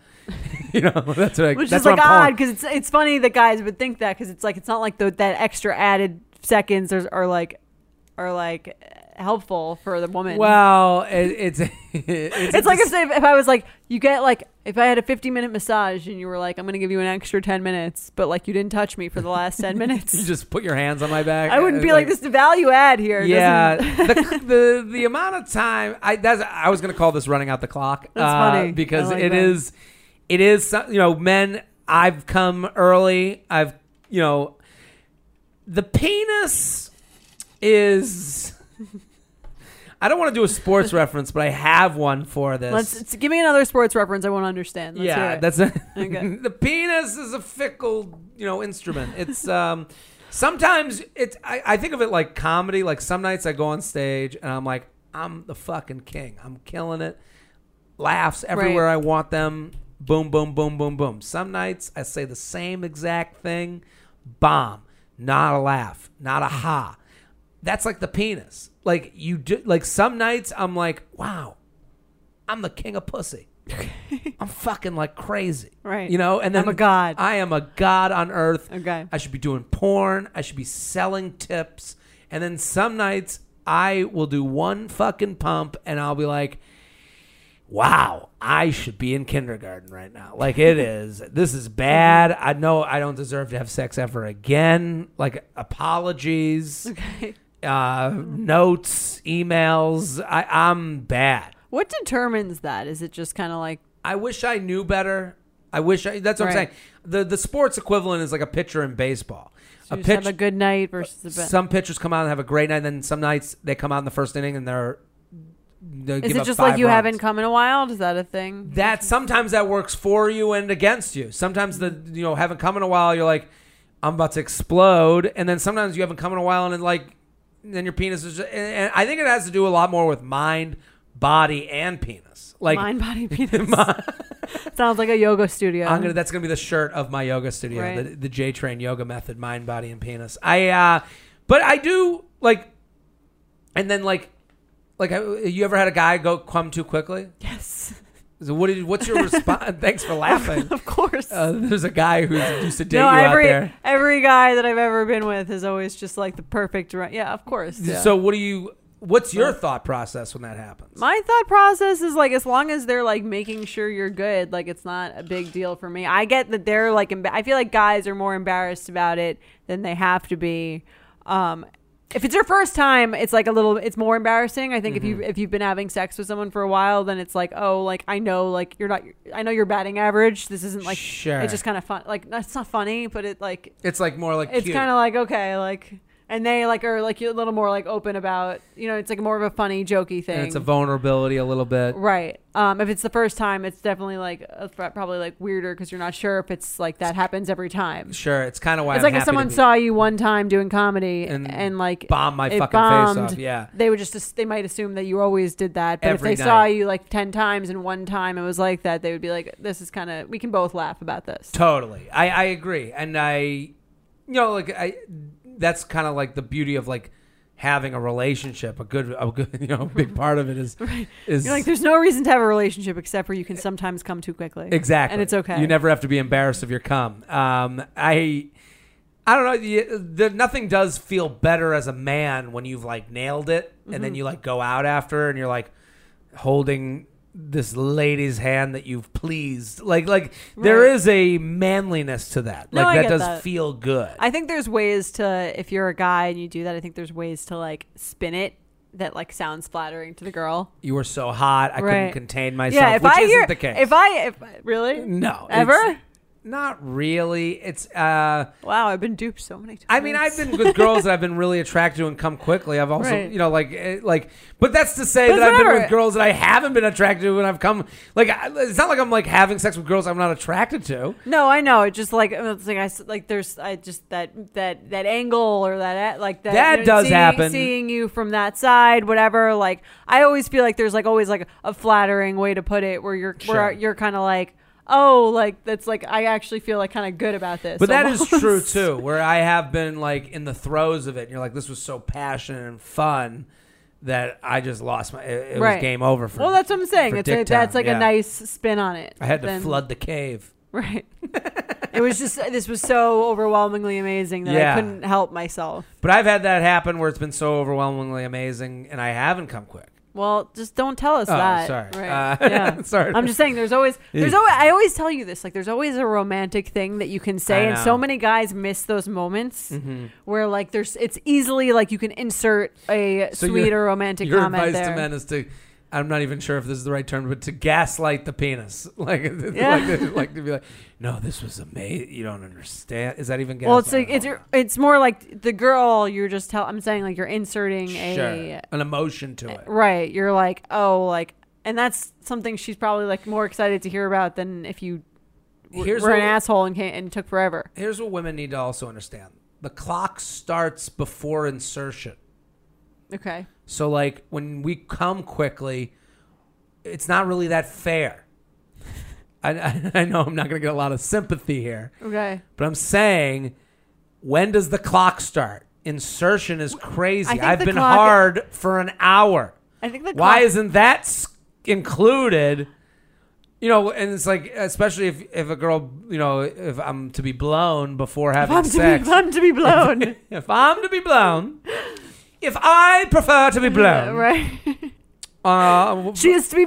B: [laughs] you know, that's what I,
A: which
B: that's
A: is
B: what
A: like
B: I'm calling-
A: odd because it's it's funny that guys would think that because it's like it's not like the, that extra added seconds are, are like are like helpful for the woman.
B: Well, it, it's [laughs] it's,
A: it's like if, if I was like you get like if I had a 50 minute massage and you were like I'm gonna give you an extra 10 minutes, but like you didn't touch me for the last 10
B: you [laughs]
A: minutes.
B: just put your hands on my back.
A: I wouldn't
B: uh,
A: be like, this is value add here. It
B: Yeah,
A: doesn't- [laughs]
B: the, the the amount of time I that's I was gonna call this running out the clock.
A: That's
B: uh,
A: funny.
B: because
A: I like
B: it
A: that.
B: is it is some- you know men. I've come early. I've you know the penis is. I don't want to do a
A: [laughs]
B: sports reference, but I have one for this.
A: Let's it's- give me another sports reference. I won't understand. Let's hear
B: yeah,
A: it.
B: that's [laughs] a,
A: Okay.
B: the penis is a fickle, you know, instrument. It's um, sometimes it's I, I think of it like comedy. Like some nights I go on stage and I'm like, I'm the fucking king. I'm killing it. Laughs everywhere
A: Right.
B: I want them. Boom, boom, boom, boom, boom. Some nights I say the same exact thing. Bomb. Not a laugh. Not a ha. That's like the penis. Like you do. Like some nights I'm like, wow, I'm the king of
A: [laughs]
B: pussy. I'm fucking like crazy.
A: Right.
B: You know, and then
A: I'm a god.
B: I am a god on earth.
A: Okay.
B: I should be doing porn. I should be selling tips. And then some nights I will do one fucking pump and I'll be like, wow, I should be in kindergarten right now. Like
A: [laughs]
B: it is. This is bad. I know I don't deserve to have sex ever again. Like apologies,
A: [laughs] okay.
B: uh, notes, emails. I, I'm bad.
A: What determines that? Is it just kind of like
B: I wish I knew better. I wish I, that's what I'm
A: Right.
B: saying. The the sports equivalent is like a pitcher in baseball. a
A: you just
B: pitch,
A: have a good night versus a bad?
B: some pitchers come out and have a great night, and then some nights they come out in the first inning and they're. They
A: Is
B: give
A: it
B: up
A: just like
B: five
A: you
B: runs.
A: haven't come in a while? Is that a thing?
B: That sometimes that works for you and against you. Sometimes the you know haven't come in a while. You're like, I'm about to explode, and then sometimes you haven't come in a while, and then like, then your penis is. Just, and, and I think it has to do a lot more with mind, body, and penis. Like [laughs]
A: Mind, body, penis. Sounds like a yoga studio.
B: I'm gonna. That's gonna be the shirt of my yoga studio,
A: Right.
B: the, the J Train Yoga Method, mind, body, and penis. I, uh but I do like, and then like, like I, you ever had a guy go come too quickly?
A: yes,
B: [laughs] So what did? What's your response? [laughs] Thanks for
A: [laughs]
B: laughing.
A: of course.
B: Uh, there's a guy who used to date
A: no,
B: you
A: every
B: out there.
A: every guy that I've ever been with is always just like the perfect. ri- Yeah, of course. Yeah.
B: So what do you? What's your thought process when that happens?
A: My thought process is like as long as they're like making sure you're good, like it's not a big deal for me. I get that they're like emba- I feel like guys are more embarrassed about it than they have to be. Um if it's your first time, it's like a little it's more embarrassing. I think if
B: Mm-hmm.
A: you if you've been having sex with someone for a while, then it's like, "Oh, like I know like you're not I know your batting average. This isn't like
B: Sure.
A: it's just kind of fun. Like that's not funny, but it like
B: It's like more like
A: it's
B: cute.
A: kind of like okay, like and they like are like a little more like open about, you know, it's like more of a funny, jokey thing.
B: and it's a vulnerability a little bit.
A: Right. Um, if it's the first time, it's definitely like uh, pro- probably like weirder because you're not sure if it's like that happens every time.
B: Sure, it's kind of why
A: It's
B: I'm
A: like
B: happy
A: if
B: to
A: someone
B: be-
A: saw you one time doing comedy
B: And
A: and, like
B: bomb my
A: it
B: fucking face off.
A: bombed,
B: Yeah.
A: they would just as- they might assume that you always did that. But
B: Every
A: if they saw
B: night.
A: you like ten times and one time it was like that, they would be like, "This is kind of we can both laugh about this."
B: Totally. I, I agree. And I, you know, like I, that's kind of like the beauty of like having a relationship. A good, a good, [laughs] you know, big part of it
A: [laughs]
B: is, is
A: You're like, "There's no reason to have a relationship except for you can sometimes come too quickly."
B: exactly.
A: and it's okay.
B: You never have to be embarrassed of your cum. Um, I, I don't know. You, the, nothing does feel better as a man when you've like nailed it and
A: Mm-hmm.
B: then you like go out after and you're like holding this lady's hand that you've pleased like like there
A: Right.
B: is a manliness to that
A: No,
B: like that
A: I get
B: does
A: that.
B: feel good
A: I think there's ways to if you're a guy and you do that, I think there's ways to like spin it that like sounds flattering to the girl.
B: you were so hot I couldn't
A: Right.
B: contain myself.
A: yeah, if
B: which
A: I
B: isn't
A: hear
B: the case.
A: if I if really
B: no it's-
A: ever
B: Not really. It's uh
A: Wow, I've been duped so many times.
B: I mean, I've been with girls that I've been really attracted to and come quickly. I've also,
A: Right.
B: you know, like, eh, like, but that's to say
A: But
B: that I've
A: it's
B: been
A: whatever.
B: with girls that I haven't been attracted to and I've come, like, I- it's not like I'm like having sex with girls I'm not attracted to.
A: No, I know. It just like it's like I s- like there's I just that that that angle or that like that
B: That does
A: seeing,
B: happen.
A: Seeing you from that side, whatever. Like I always feel like there's like always like a flattering way to put it where you're
B: Sure.
A: where you're kind of like oh like that's like I actually feel like kind of good about this. [laughs]
B: But that is
A: almost.
B: true too, where I have been like in the throes of it, and you're like, this was so passionate and fun that I just lost my. It, it
A: Right.
B: was game over for.
A: Well, that's what I'm saying.
B: for
A: It's a,
B: Dick Town,
A: that's like
B: yeah.
A: a nice spin on it.
B: I had to
A: Then-
B: flood the cave.
A: Right. [laughs] it was just this was so overwhelmingly amazing that
B: Yeah.
A: I couldn't help myself.
B: But I've had that happen where it's been so overwhelmingly amazing, and I haven't come quick.
A: Well, just don't tell us
B: Oh,
A: that.
B: sorry.
A: Right.
B: Uh, [laughs]
A: yeah.
B: sorry.
A: I'm just saying there's always there's always I always tell you this like there's always a romantic thing that you can
B: I
A: say and
B: know. Mm-hmm.
A: so many guys miss those moments where like there's it's easily like you can insert a
B: So your-
A: sweet or romantic
B: Your
A: comment
B: advice
A: there.
B: to men is to. I'm not even sure if this is the right term, but to gaslight the penis, [laughs] like,
A: Yeah.
B: like, like to be like, no, this was amazing. You don't understand. Is that even?
A: well, it's like
B: gaslighting?
A: it's your- it's more like the girl you're just tell I'm saying like you're inserting
B: sure.
A: a
B: an emotion to it.
A: right. You're like, "Oh, like and that's something she's probably like more excited to hear about than if you w-
B: Here's
A: were an
B: what-
A: asshole and, can't, and took forever.
B: Here's what women need to also understand. The clock starts before insertion.
A: Okay.
B: So like when we come quickly, it's not really that fair. I, I, [laughs] I know I'm not going to get a lot of sympathy here,
A: Okay.
B: but I'm saying when does the clock start? Insertion is crazy.
A: think
B: I've
A: the
B: been
A: clock-
B: hard for an hour.
A: I think the
B: Why
A: clock-
B: isn't that s- included? You know, and it's like especially if if a girl, you know, if I'm to be blown before having
A: I'm to, be,
B: sex.
A: I'm to be blown.
B: [laughs] if I'm to be blown, if I prefer
A: [laughs]
B: to be blown,
A: right.
B: uh, [laughs] w-
A: She is to be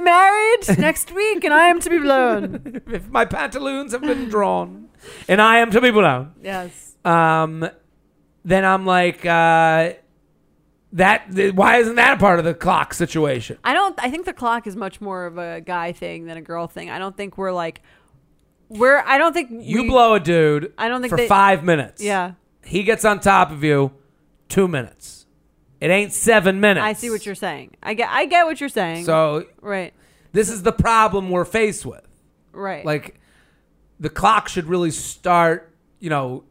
B: [laughs]
A: married next week, and I am to be blown.
B: if my pantaloons have been drawn, and I am to be blown,
A: [laughs] Yes.
B: um, then I'm like, uh, that. th- why isn't that a part of the clock situation?
A: I don't. I think the clock is much more of a guy thing than a girl thing. I don't think we're like we're. I don't think
B: You
A: we-
B: blow a dude.
A: I don't think
B: for
A: they-
B: five minutes.
A: Yeah,
B: he gets on top of you, two minutes. It ain't seven minutes.
A: I see what you're saying. I get. I get what you're saying.
B: So
A: right,
B: this is the problem we're faced with.
A: right.
B: Like, the clock should really start. You know,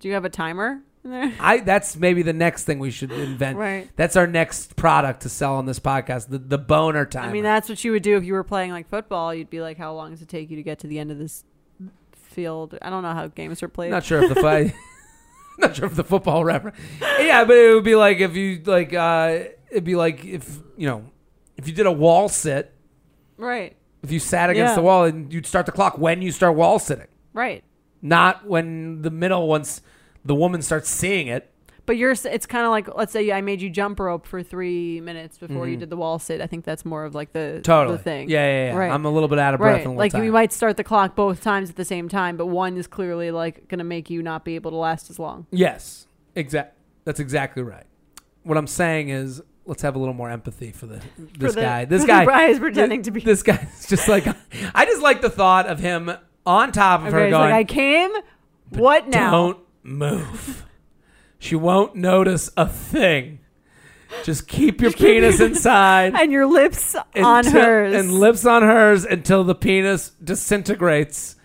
A: do you have a timer in there?
B: I that's maybe the next thing we should invent.
A: Right.
B: That's our next product to sell on this podcast. The the boner time.
A: I mean, that's what you would do if you were playing like football. You'd be like, "How long does it take you to get to the end of this field?" I don't know how games are played.
B: not sure
A: [laughs]
B: if the fight. [laughs] not sure if the football rapper. Yeah, but it would be like if you like. uh It'd be like if you know if you did a wall sit.
A: right,
B: If you sat against
A: Yeah.
B: the wall and you'd start the clock when you start wall sitting,
A: right.
B: not when the middle once the woman starts seeing it.
A: But you're, s- it's kind of like, let's say I made you jump rope for three minutes before you did the wall sit. I think that's more of like the,
B: Mm-hmm. Totally.
A: the thing.
B: Yeah, yeah, yeah.
A: Right.
B: I'm a little bit out of breath.
A: right.
B: and a little
A: Like
B: tired.
A: we might start the clock both times at the same time, but one is clearly like going to make you not be able to last as long.
B: Yes, exact. That's exactly right. What I'm saying is, let's have a little more empathy for the this
A: the- [laughs]
B: guy. This
A: for the
B: guy
A: guy is pretending to be-
B: This guy is just like. I just like the thought of him on top of
A: Okay.
B: her
A: it's
B: going.
A: like I came. What now?
B: Don't move. she won't notice a thing. Just keep
A: [laughs]
B: your penis inside.
A: And your lips on
B: until-
A: hers.
B: and lips on hers until the penis
A: [laughs]
B: disintegrates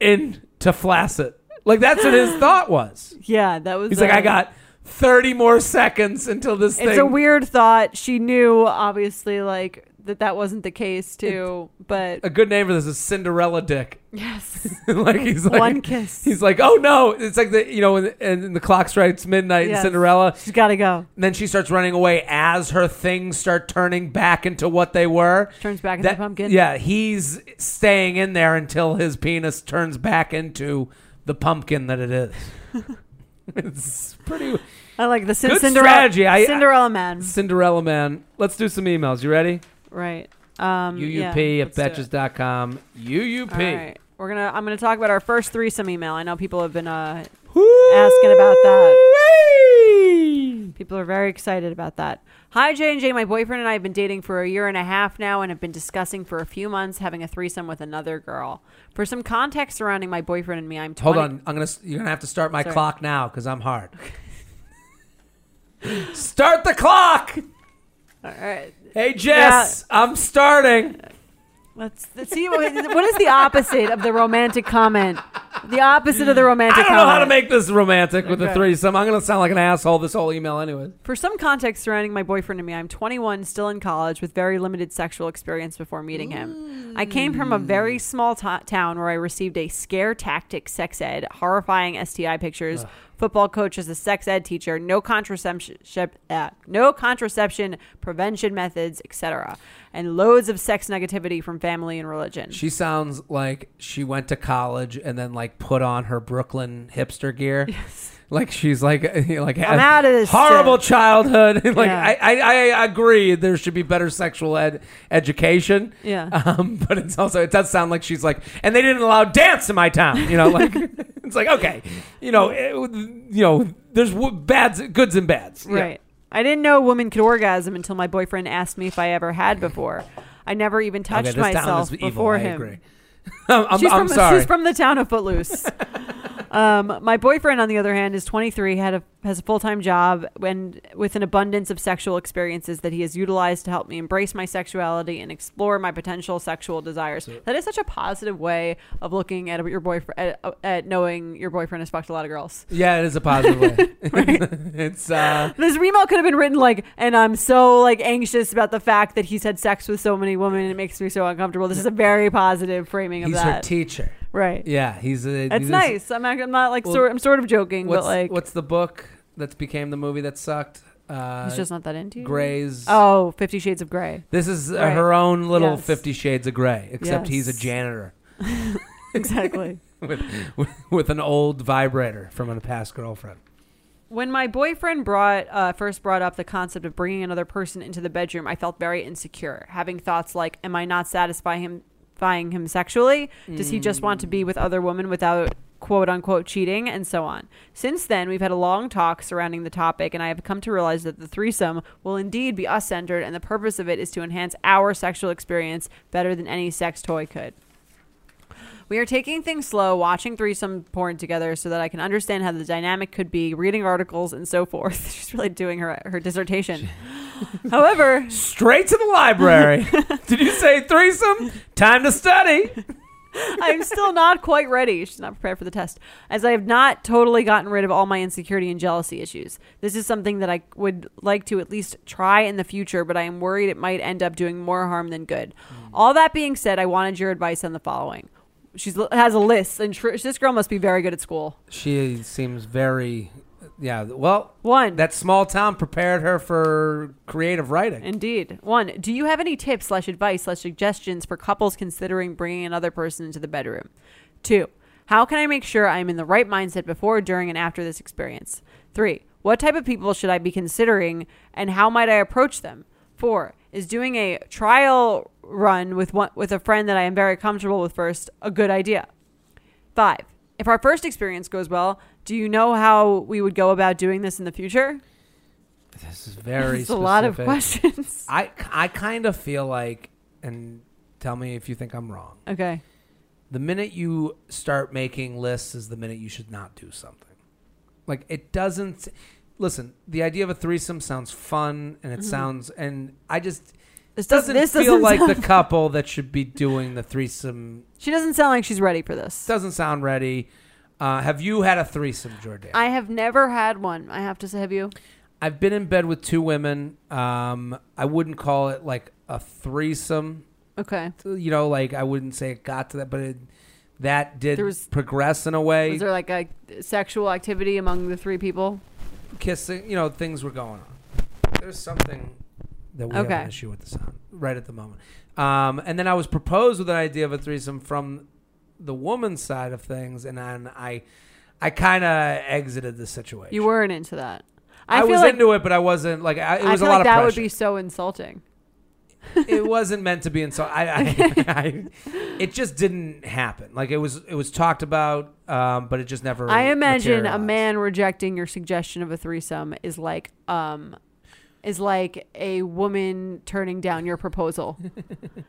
B: into flaccid. Like that's what his thought was.
A: yeah, that was.
B: He's like,
A: uh,
B: I got 30 more seconds until this thing.
A: It's a weird thought. She knew obviously like that that wasn't the case too,
B: [laughs]
A: but
B: A good name for this is Cinderella Dick. [laughs]
A: yes,
B: like he's like
A: One kiss.
B: [laughs] He's like, oh no! It's like the you know, and, and the clock strikes midnight
A: Yes.
B: in Cinderella.
A: she's got to go.
B: And then she starts running away as her things start turning back into what they were.
A: Turns back into pumpkin.
B: Yeah, he's staying in there until his penis turns back into the pumpkin that it
A: [laughs]
B: is. [laughs] it's pretty
A: I like the Cin-
B: Good
A: Cinderella
B: strategy. I-
A: Cinderella man.
B: Cinderella man. Let's do some emails. You ready?
A: Right. Um, yeah,
B: UUP at
A: let's do it.
B: betches.com. UUP.
A: All right. We're gonna. I'm gonna talk about our first threesome email. I know people have been uh,
B: Woo!
A: asking about that. people People are very excited about that. Hi, J and J. My boyfriend and I have been dating for a year and a half now, and have been discussing for a few months having a threesome with another girl. For some context surrounding my boyfriend and me, I'm 20-
B: Hold on, I'm gonna. s- You're gonna have to start my
A: Sorry.
B: clock now because I'm hard. [laughs] start the clock.
A: All right,
B: Hey Jess, I'm starting.
A: let's, let's see what, what is the opposite of the romantic comment. The opposite of the
B: I
A: romantic.
B: don't know how to
A: comment.
B: make this romantic with a
A: Okay.
B: threesome. I'm gonna sound like an asshole this whole email anyway.
A: For some context surrounding my boyfriend and me, I'm 21, still in college, with very limited sexual experience before meeting him. I came from a
B: Mm.
A: very small to town where I received a scare tactic sex ed, horrifying STI pictures, football coach as a sex ed teacher, no contraception, shep- uh, no contraception prevention methods, etc., and loads of sex negativity from family and religion.
B: She sounds like she went to college and then like put on her Brooklyn hipster gear. Like she's like [laughs] like
A: I'm outta this
B: horrible
A: shit.
B: childhood. [laughs] like
A: Yeah.
B: I, I I agree there should be better sexual ed education.
A: Yeah.
B: Um, [laughs] but it's also it does sound like she's like and they didn't allow dance in my town. You know
A: [laughs]
B: like it's like okay you know it, you know there's w- bads goods and bads. Yeah.
A: Right. I didn't know a woman could orgasm until my boyfriend asked me if I ever had before. I never even touched
B: Okay, this town
A: myself
B: is evil.
A: before
B: I
A: him.
B: agree. [laughs] I'm, I'm,
A: she's
B: I'm
A: from,
B: sorry.
A: She's from the town
B: [laughs]
A: of Footloose. um, my boyfriend, on the other hand, is 23, had a, has a full time job, and with an abundance of sexual experiences that he has utilized to help me embrace my sexuality and explore my potential sexual desires. that is such a positive way of looking at your boyfriend, at, at knowing your boyfriend has fucked a lot of girls.
B: yeah, it is a positive
A: [laughs]
B: way. [laughs] it's uh
A: This email could have been written like, and I'm so like anxious about the fact that he's had sex with so many women, and it makes me so uncomfortable. This is a very positive framing of
B: he's her
A: that,
B: teacher.
A: right?
B: Yeah, he's a.
A: That's
B: he's a-
A: nice. I'm, act- I'm not like
B: Well,
A: sort, I'm sort of joking,
B: What's,
A: but like
B: what's the book that became the movie that sucked? Uh,
A: he's just not that into you.
B: Gray's.
A: Oh, Fifty Shades of Grey. [laughs]
B: This is uh,
A: Right.
B: her own little
A: Yes.
B: Fifty Shades of Grey, except he's a
A: Yes.
B: janitor
A: Exactly.
B: with, with with an old vibrator from a past girlfriend.
A: when my boyfriend brought uh, first brought up the concept of bringing another person into the bedroom, I felt very insecure, having thoughts like, "Am I not satisfying him, satisfying him sexually? Does he just want to be with other women without?" quote unquote cheating and so on. Since then, we've had a long talk surrounding the topic and I have come to realize that the threesome will indeed be us centered and the purpose of it is to enhance our sexual experience better than any sex toy could. We are taking things slow, watching threesome porn together so that I can understand how the dynamic could be, reading articles and so forth. [laughs] She's really doing her her dissertation. [laughs] However,
B: Straight to the
A: [laughs]
B: library. Did you say threesome? Time to study.
A: I'm still not quite ready. She's not prepared for the test, as I have not totally gotten rid of all my insecurity and jealousy issues. This is something that I would like to at least try in the future, but I am worried it might end up doing more harm than good. All that being said, I wanted your advice on the following. She has a list, and tr- this girl must be very good at school.
B: She seems very. Yeah. Well,
A: One,
B: that small town prepared her for creative writing.
A: Indeed. One, do you have any tips slash advice slash suggestions for couples considering bringing another person into the bedroom? Two, how can I make sure I'm in the right mindset before, during, and after this experience? Three, what type of people should I be considering and how might I approach them? Four, is doing a trial run with one, with a friend that I am very comfortable with first a good idea? Five, if our first experience goes well, do you know how we would go about doing this in the future?
B: This is very.
A: It's a lot of
B: specific.
A: questions. [laughs]
B: I I kind of feel like, and tell me if you think I'm wrong.
A: okay.
B: The minute you start making lists is the minute you should not do something. Like it doesn't. Listen, the idea of a threesome sounds fun, and it sounds, and I just
A: This
B: doesn't
A: Mm-hmm. doesn't, this
B: feel
A: doesn't
B: like
A: sound, [laughs]
B: the couple that should be doing the threesome.
A: she doesn't sound like she's ready for this.
B: Doesn't sound ready. Uh, have you had a threesome, Jordan?
A: I have never had one. I have to say, have you?
B: I've been in bed with two women. Um, I wouldn't call it like a threesome.
A: Okay.
B: you know, like I wouldn't say it got to that, but it, that did
A: There was-
B: progress in a way.
A: Was there like a sexual activity among the three people?
B: Kissing, you know, things were going on. There's something that we have
A: Okay.
B: an issue with the sound right at the moment. Um, and then I was proposed with an idea of a threesome from the woman's side of things, and then I, I kind of exited the situation.
A: You weren't into that.
B: I,
A: I, feel
B: was
A: like
B: into it, but I wasn't like I, it
A: I
B: was
A: feel
B: a lot
A: like
B: of
A: that
B: pressure.
A: would be so insulting.
B: it wasn't meant to be insulting. I,
A: [laughs]
B: I, I, it just didn't happen. Like it was, it was talked about, um, but it just never.
A: I imagine a
B: materialized.
A: man rejecting your suggestion of a threesome is like um is like a woman turning down
B: [laughs]
A: your proposal.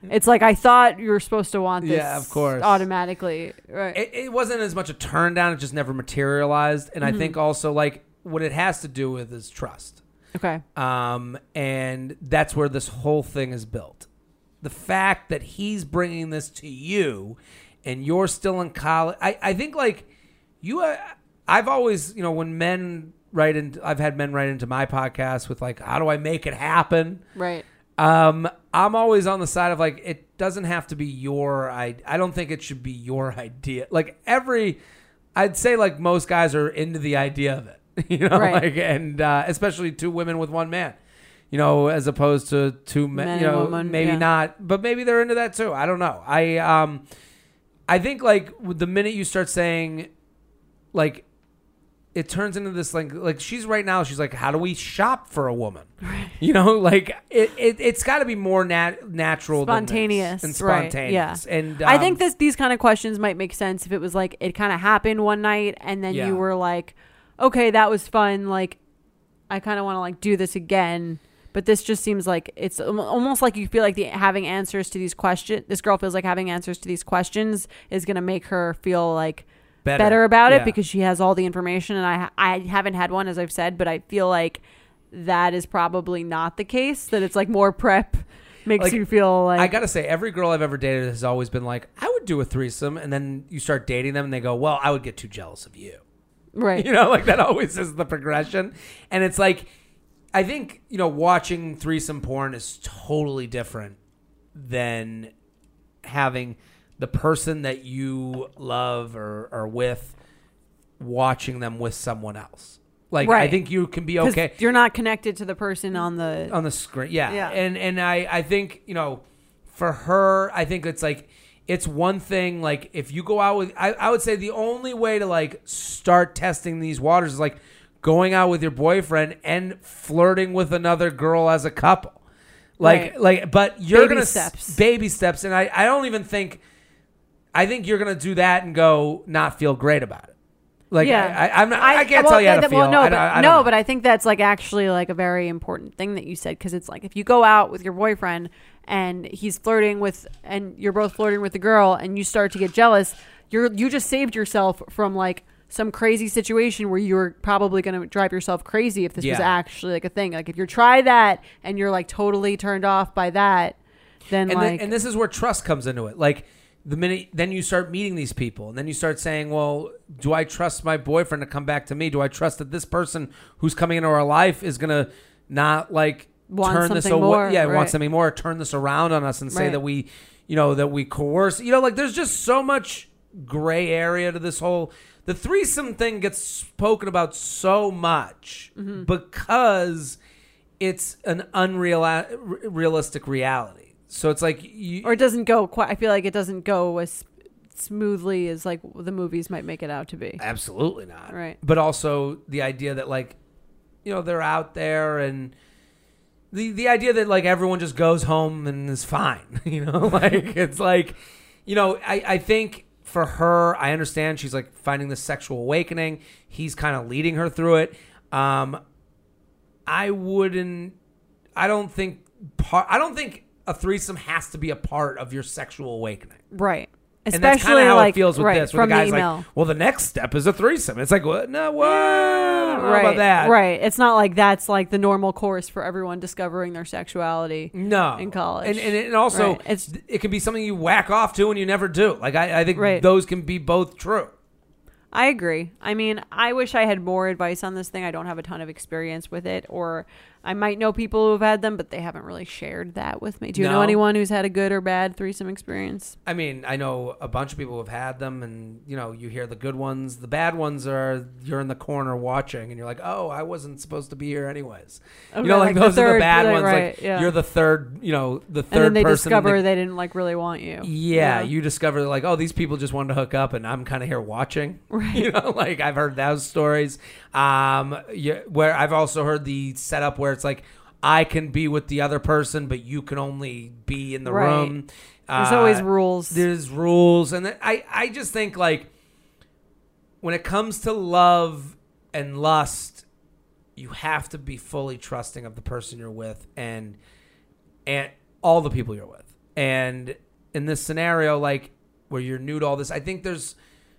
A: it's like I thought you were supposed to want this
B: Yeah, of course.
A: automatically. Right.
B: It, it wasn't as much a turn down; it just never materialized. And
A: Mm-hmm.
B: I think also like what it has to do with is trust.
A: okay.
B: um, and that's where this whole thing is built. The fact that he's bringing this to you, and you're still in college, I, I think like you, uh, I've always you know when men write in, I've had men write into my podcast with like, how do I make it happen?
A: Right.
B: Um, I'm always on the side of like it doesn't have to be your I I don't think it should be your [laughs] idea. Like every I'd say like most guys are into the idea of it. [laughs] You know,
A: Right.
B: like and uh, especially two women with one man. You know, as opposed to two men,
A: Men
B: you
A: and
B: know,
A: woman,
B: maybe
A: yeah.
B: not, but maybe they're into that too. I don't know. I um I think like with the minute you start saying like it turns into this like like she's right now she's like how do we shop for a woman [laughs] you know like it, it it's got to be more nat- natural than this.
A: Spontaneous.
B: and
A: right,
B: spontaneous
A: yeah.
B: and
A: I
B: um,
A: think this these kind of questions might make sense if it was like it kind of happened one night and then
B: Yeah.
A: you were like, okay, that was fun. Like, I kind of want to like do this again. But this just seems like it's al- almost like you feel like the having answers to these questions. This girl feels like having answers to these questions is gonna make her feel like
B: Better.
A: better, about
B: Yeah.
A: it because she has all the information. And I ha- I haven't had one as I've said, but I feel like that is probably not the case. That it's like more prep makes
B: Like,
A: you feel like
B: I gotta say, every girl I've ever dated has always been like, "I would do a threesome," and then you start dating them, and they go, "Well, I would get too jealous of you."
A: right.
B: [laughs] You know, like that always is the progression. And it's like, I think, you know, watching threesome porn is totally different than having the person that you love or are with watching them with someone else. Like, I
A: Right.
B: think you can be
A: 'Cause
B: okay Oh,
A: You're not connected to the person on the.
B: on the screen. Yeah.
A: Yeah.
B: And and I I think, you know, for her, I think it's like it's one thing like if you go out with I, I would say the only way to like start testing these waters is like going out with your boyfriend and flirting with another girl as a couple. Like
A: Right.
B: like but you're
A: Baby
B: gonna s-
A: steps.
B: baby steps and I, I don't even think I think you're gonna do that and go not feel great about it. Like I, I, I'm not, I, can't
A: well,
B: tell you how
A: yeah,
B: to feel.
A: well, no,
B: I,
A: but,
B: don't- I don't
A: no,
B: know.
A: but I think that's like actually like a very important thing that you said because it's like if you go out with your boyfriend and he's flirting with and you're both flirting with the girl and you start to get jealous, you're you just saved yourself from like some crazy situation where you were probably going to drive yourself crazy if this was
B: Yeah.
A: actually like a thing. Like if you try that and you're like totally turned off by that, then
B: and,
A: like
B: then, and this is where trust comes into it. Like the minute then you start meeting these people, and then you start saying, "Well, do I trust my boyfriend to come back to me? Do I trust that this person who's coming into our life is gonna not like
A: Want
B: turn this
A: something
B: away?
A: more,
B: yeah, want
A: right.
B: something more? Turn this around on us and say
A: Right.
B: that we, you know, that we coerce. You know, like there's just so much gray area to this whole. The threesome thing gets spoken about so much because it's an unreal realistic reality. So it's like you,
A: or it doesn't go quite. I feel like it doesn't go as smoothly as like the movies might make it out to [laughs] be.
B: absolutely not.
A: Right.
B: But also the idea that like you know they're out there and the the idea that like everyone just goes home and is fine, [laughs] you know? like it's like you know, I I think for her, I understand she's like finding this sexual awakening. He's kind of leading her through it. Um I wouldn't. I don't think part. I don't think a threesome has to be a part of your sexual awakening.
A: Right. Especially
B: And that's kind of how
A: like
B: it feels with
A: right,
B: this. Where
A: from
B: the guy's
A: email.
B: like, "Well, the next step is a threesome." It's like, "What? No, what? I don't know
A: right.
B: about that?
A: Right. It's not like that's like the normal course for everyone discovering their sexuality.
B: No,
A: In college.
B: and and, and also
A: Right. It's-
B: it can be something you whack off to and you never do. Like I, I think
A: Right.
B: those can be both true.
A: I agree. I mean, I wish I had more advice on this thing. I don't have a ton of experience with it, or I might know people who have had them, but they haven't really shared that with me. Do you
B: No.
A: know anyone who's had a good or bad threesome experience?
B: I mean, I know a bunch of people who have had them, and you know, you hear the good ones. The bad ones are you're in the corner watching, and you're like, "Oh, I wasn't supposed to be here, anyways." you
A: Okay,
B: know, like,
A: like the
B: those are the
A: third,
B: bad
A: like,
B: ones. like
A: right, yeah.
B: you're the third, you know, the third
A: And then they
B: person. in the-
A: discover they didn't like really want you.
B: yeah, you discover like, oh, these people just wanted to hook up, and I'm kind of here watching. [laughs] Right. You know, like I've heard those stories. Um, yeah, where I've also heard the setup where it's like, I can be with the other person, but you can only be in the
A: Right.
B: room. Uh,
A: There's always rules.
B: There's rules, and then I I just think like when it comes to love and lust, you have to be fully trusting of the person you're with and and all the people you're with. And in this scenario, like where you're new to all this, I think there's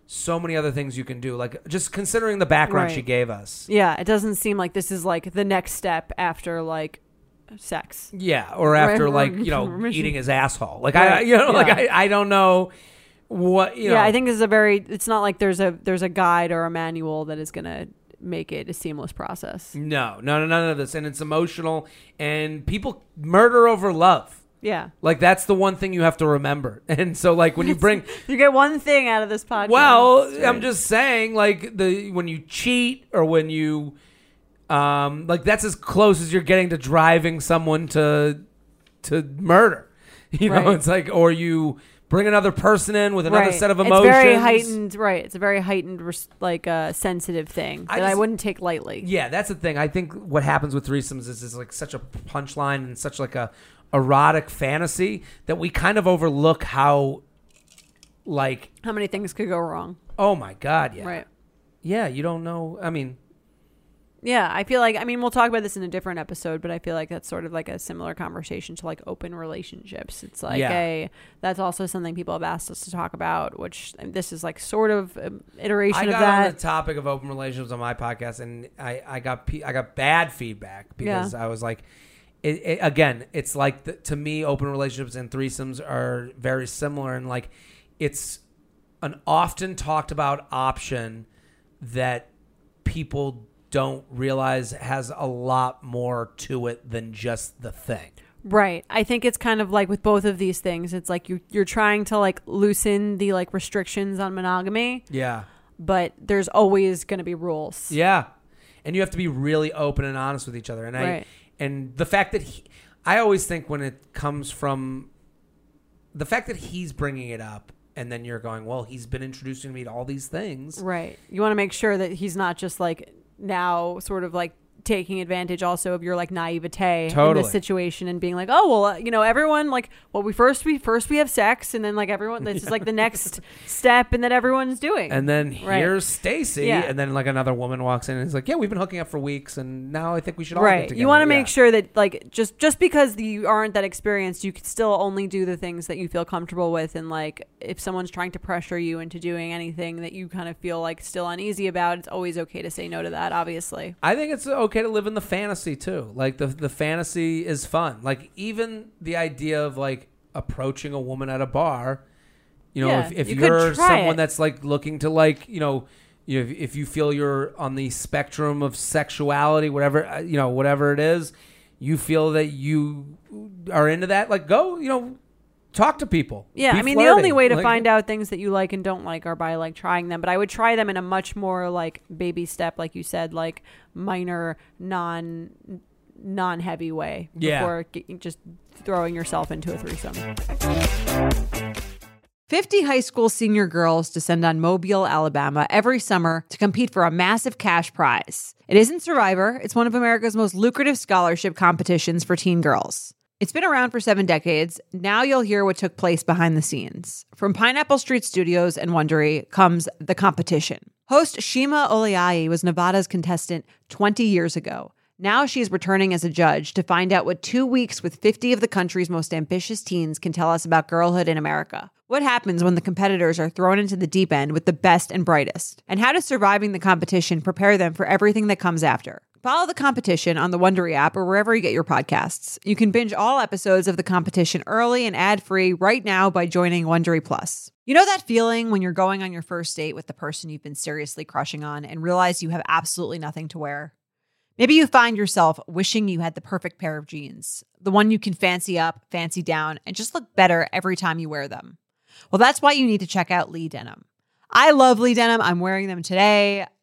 B: so many other things you can do. Like just considering the background
A: Right.
B: she gave us.
A: Yeah, it doesn't seem like this is like the next step after like sex.
B: Yeah, or after like
A: Right.
B: you
A: [laughs]
B: know
A: Permission.
B: eating his asshole. Like I,
A: Right.
B: you know, like
A: Yeah.
B: I, I don't know what you know.
A: yeah, I think this is a very. It's not like there's a there's a guide or a manual that is gonna make it a seamless process.
B: No, no, no, none of this, and it's emotional. And people murder over love.
A: Yeah,
B: Like that's the one thing you have to remember. [laughs] And so, like when you
A: [laughs]
B: bring,
A: you get one thing out of this podcast.
B: well, I'm just saying, like the when you cheat or when you, um, like that's as close as you're getting to driving someone to, to murder. [laughs] You know,
A: Right.
B: it's like or you bring another person in with another
A: Right.
B: set of emotions.
A: It's very heightened, right? It's a very heightened, res- like uh, sensitive thing
B: I
A: that I
B: just-
A: wouldn't take lightly.
B: Yeah, that's the thing. I think what happens with threesomes is it's like such a punchline and such like a erotic fantasy that we kind of overlook how like
A: How many things could go wrong?
B: oh my god, yeah.
A: Right.
B: Yeah, you don't know. I mean,
A: Yeah, I feel like I mean we'll talk about this in a different episode, but I feel like that's sort of like a similar conversation to like open relationships. It's like
B: Yeah.
A: a that's also something people have asked us to talk about, which and this is like sort of an iteration
B: I
A: of
B: got on
A: that.
B: the topic of open relationships on my podcast and I I got pe- I got bad feedback because I was like it, it, again, it's like the, to me open relationships and threesomes are very similar and like it's an often talked about option that people don't realize has a lot more to it than just the thing.
A: right. I think it's kind of like with both of these things, it's like you you're trying to like loosen the like restrictions on monogamy,
B: Yeah.
A: but there's always going to be rules.
B: Yeah. And you have to be really open and honest with each other. And
A: Right.
B: I and the fact that he, I always think when it comes from the fact that he's bringing it up and then you're going, "Well, he's been introducing me to all these things."
A: Right. You want to make sure that he's not just like now sort of like taking advantage also of your like naivete in
B: Totally.
A: this situation and being like, oh well, uh, you know, everyone like well we first we first we have sex and then like everyone this is
B: [laughs]
A: like the next step and that everyone's doing.
B: And then
A: Right.
B: here's Stacy
A: Yeah.
B: and then like another woman walks in and is like, "Yeah, we've been hooking up for weeks and now I think we should all get
A: right.
B: together."
A: You want to
B: Yeah.
A: make sure that like just just because you aren't that experienced, you can still only do the things that you feel comfortable with and like if someone's trying to pressure you into doing anything that you kind of feel like still uneasy about, it's always okay to say no to that, obviously.
B: I think it's okay to live in the fantasy too. Like the the fantasy is fun. Like even the idea of like approaching a woman at a bar, you know,
A: Yeah,
B: if, if
A: you
B: you
A: could
B: are
A: try
B: someone
A: it.
B: that's like looking to like, you know, you if, if you feel you're on the spectrum of sexuality, whatever, uh, you know, whatever it is, you feel that you are into that, like go, you know, talk to people.
A: Yeah,
B: Be
A: I mean the
B: flirty.
A: only way to
B: Like-
A: find out things that you like and don't like are by like trying them, but I would try them in a much more like baby step like you said, like minor non non heavy way
B: Yeah.
A: before g- just throwing yourself into a threesome.
C: 50 high school senior girls descend on Mobile, Alabama every summer to compete for a massive cash prize. It isn't Survivor, it's one of America's most lucrative scholarship competitions for teen girls. It's been around for seven decades. Now you'll hear what took place behind the scenes. From Pineapple Street Studios and Wondery comes the competition. Host Shima Oliai was Nevada's contestant 20 years ago. Now she is returning as a judge to find out what two weeks with 50 of the country's most ambitious teens can tell us about girlhood in America. What happens when the competitors are thrown into the deep end with the best and brightest? And how does surviving the competition prepare them for everything that comes after? Follow the competition on the Wondery app or wherever you get your podcasts. You can binge all episodes of the competition early and ad-free right now by joining Wondery Plus. You know that feeling when you're going on your first date with the person you've been seriously crushing on and realize you have absolutely nothing to wear? Maybe you find yourself wishing you had the perfect pair of jeans, the one you can fancy up, fancy down, and just look better every time you wear them. Well, that's why you need to check out Lee Denim. I love Lee Denim. I'm wearing them today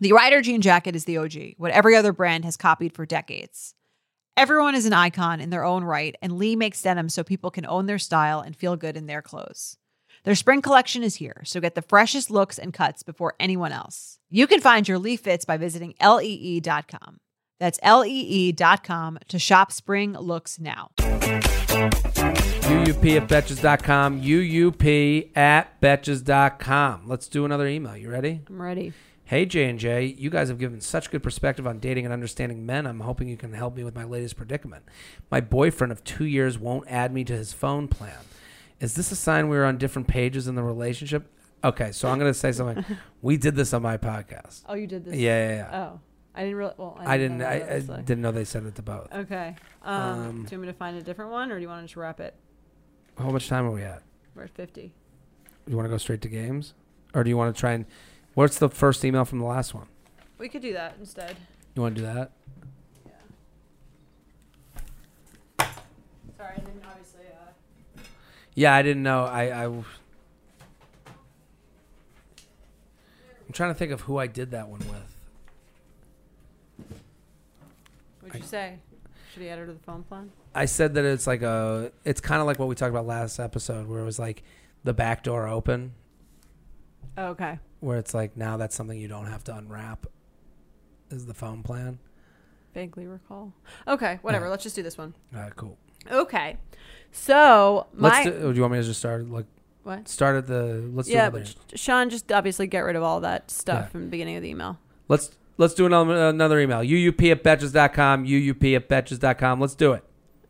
C: The Rider jean jacket is the OG, what every other brand has copied for decades. Everyone is an icon in their own right, and Lee makes denim so people can own their style and feel good in their clothes. Their spring collection is here, so get the freshest looks and cuts before anyone else. You can find your Lee fits by visiting E lee.com. That's E lee.com to shop spring looks now.
B: UUP at Betches.com. UUP at Betches.com. Let's do another email. You ready?
A: I'm ready.
B: Hey J and J, you guys have given such good perspective on dating and understanding men. I'm hoping you can help me with my latest predicament. My boyfriend of two years won't add me to his phone plan. Is this a sign we're on different pages in the relationship? Okay, so I'm gonna say
A: [laughs]
B: something. we did this on my podcast.
A: Oh, you did this.
B: Yeah, yeah, yeah.
A: Oh, I didn't really. Well,
B: I didn't.
A: know
B: I,
A: that
B: I
A: was like-
B: didn't know they said it to both.
A: Okay. Um, do you want me to find a different one, or do you want to just wrap it?
B: How much time are we at?
A: We're at fifty.
B: Do you want to go straight to games, or do you want to try and? What's the first email from the last one?
A: We could do that instead.
B: You want to do that?
A: Sorry, I didn't obviously. Uh,
B: Yeah, I didn't know. I, I w- I'm trying to think of who I did that one with.
A: what'd you say? Should he add her to the phone plan?
B: I said that it's like a, it's kind of like what we talked about last episode, where it was like the back door open,
A: Oh, okay.
B: where it's like now that's something you don't have to unwrap. Is the phone plan?
A: Vaguely recall. Okay, whatever. Let's just do this one.
B: All right, cool.
A: Okay. So my
B: Let's do, oh, do you want me to just start like
A: what?
B: start at the? Let's
A: Yeah,
B: do
A: but
B: another.
A: sh- Sean just obviously get rid of all that stuff
B: Yeah.
A: from the beginning of the email.
B: Let's let's do another, another email. UUP at betches.com, UUP at betches.com. Let's do it.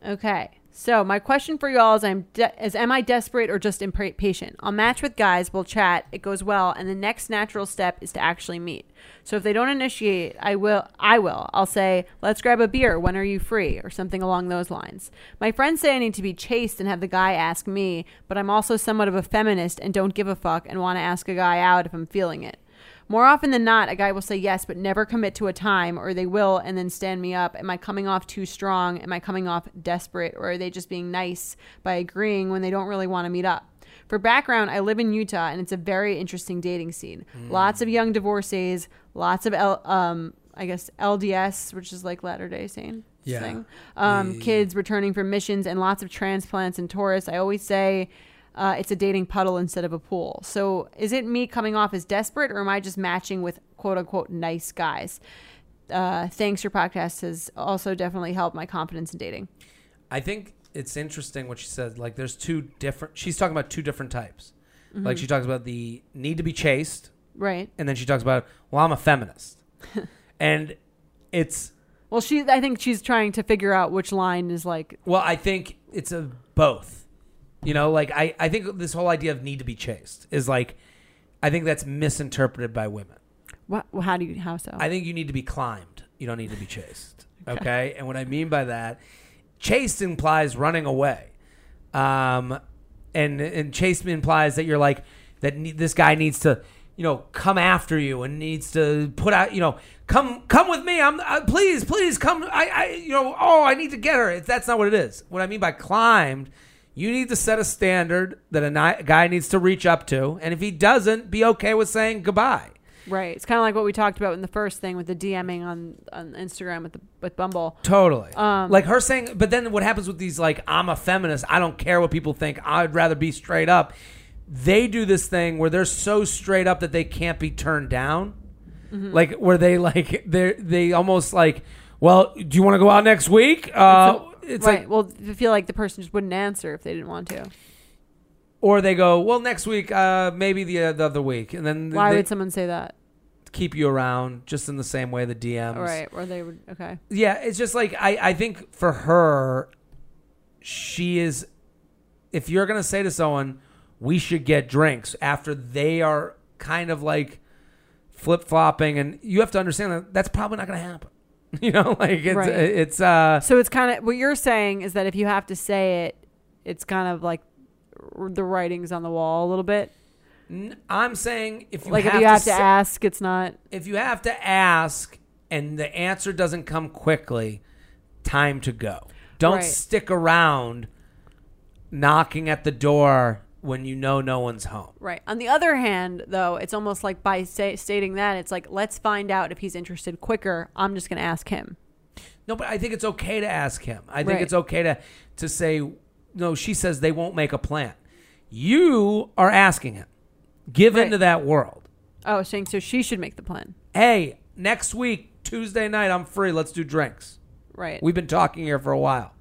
A: Okay. So my question for y'all is: I'm de- is am I desperate or just impatient? I'll match with guys, we'll chat, it goes well, and the next natural step is to actually meet. So if they don't initiate, I will. I will. I'll say, "Let's grab a beer. When are you free?" or something along those lines. My friends say I need to be chased and have the guy ask me, but I'm also somewhat of a feminist and don't give a fuck and want to ask a guy out if I'm feeling it. More often than not, a guy will say yes, but never commit to a time, or they will and then stand me up. Am I coming off too strong? Am I coming off desperate? Or are they just being nice by agreeing when they don't really want to meet up? For background, I live in Utah and it's a very interesting dating scene. Lots
B: Hmm.
A: of young divorcees, lots of, L, um, I guess, LDS, which is like Latter day Saint
B: Yeah.
A: thing. Um, Kids returning from missions and lots of transplants and tourists. I always say uh, it's a dating puddle instead of a pool. So is it me coming off as desperate or am I just matching with quote unquote nice guys? Uh, thanks. Your podcast has also definitely helped my confidence in dating.
B: I think it's interesting what she said. Like, there's two different. She's talking about two different types. Like, she talks about the need to be chased,
A: Right.
B: and then she talks about, well, I'm a feminist, and it's
A: Well, she. I think she's trying to figure out which line is like.
B: well, I think it's a both. You know, like I, I think this whole idea of need to be chased is like, I think that's misinterpreted by women.
A: What? How do you? How so?
B: I think you need to be climbed. You don't need to be chased. okay. And what I mean by that, chased implies running away. Um, and and chased implies that you're like that. Ne- this guy needs to, you know, come after you and needs to put out. You know, come come with me. I'm uh, please please come. I I you know oh I need to get her. It's, that's not what it is. What I mean by climbed. You need to set a standard that a ni- guy needs to reach up to, and if he doesn't, be okay with saying goodbye.
A: right. It's kind of like what we talked about in the first thing with the DMing on on Instagram with the with Bumble.
B: Totally.
A: Um,
B: like her saying, but then what happens with these, like, I'm a feminist. I don't care what people think. I'd rather be straight up. They do this thing where they're so straight up that they can't be turned down.
A: Mm-hmm.
B: Like, where they, like, they they almost like, well, do you want to go out next week? Uh, it's,
A: right.
B: like,
A: well, I feel Oh, like the person just wouldn't answer if they didn't want to.
B: or they go, well, next week, uh, maybe the, the other week. And then
A: Why
B: they
A: would someone say that?
B: keep you around just in the same way the DMs.
A: All right. Or they would. Okay.
B: yeah it's just like i i think for her she is if you're gonna say to someone we should get drinks after they are kind of like flip-flopping and you have to understand that that's probably not gonna happen [laughs] you know like it's
A: Right.
B: it's uh
A: So it's kind of what you're saying is that if you have to say it, it's kind of like r- the writing's on the wall a little bit.
B: i'm saying if you
A: Like
B: have
A: if you have to
B: say-
A: ask, it's not
B: if you have to ask and the answer doesn't come quickly, time to go. Don't
A: Right.
B: stick around knocking at the door when you know no one's home.
A: Right. On the other hand, though, it's almost like by say, stating that, it's like, let's find out if he's interested quicker. I'm just going to ask him.
B: No, but I think it's okay to ask him. I think
A: Right.
B: it's okay to to say no. She says they won't make a plan. You are asking him. Give
A: Right.
B: into that world.
A: Oh, saying so she should make the plan.
B: Hey, next week Tuesday night I'm free. Let's do drinks.
A: Right.
B: We've been talking here for a while,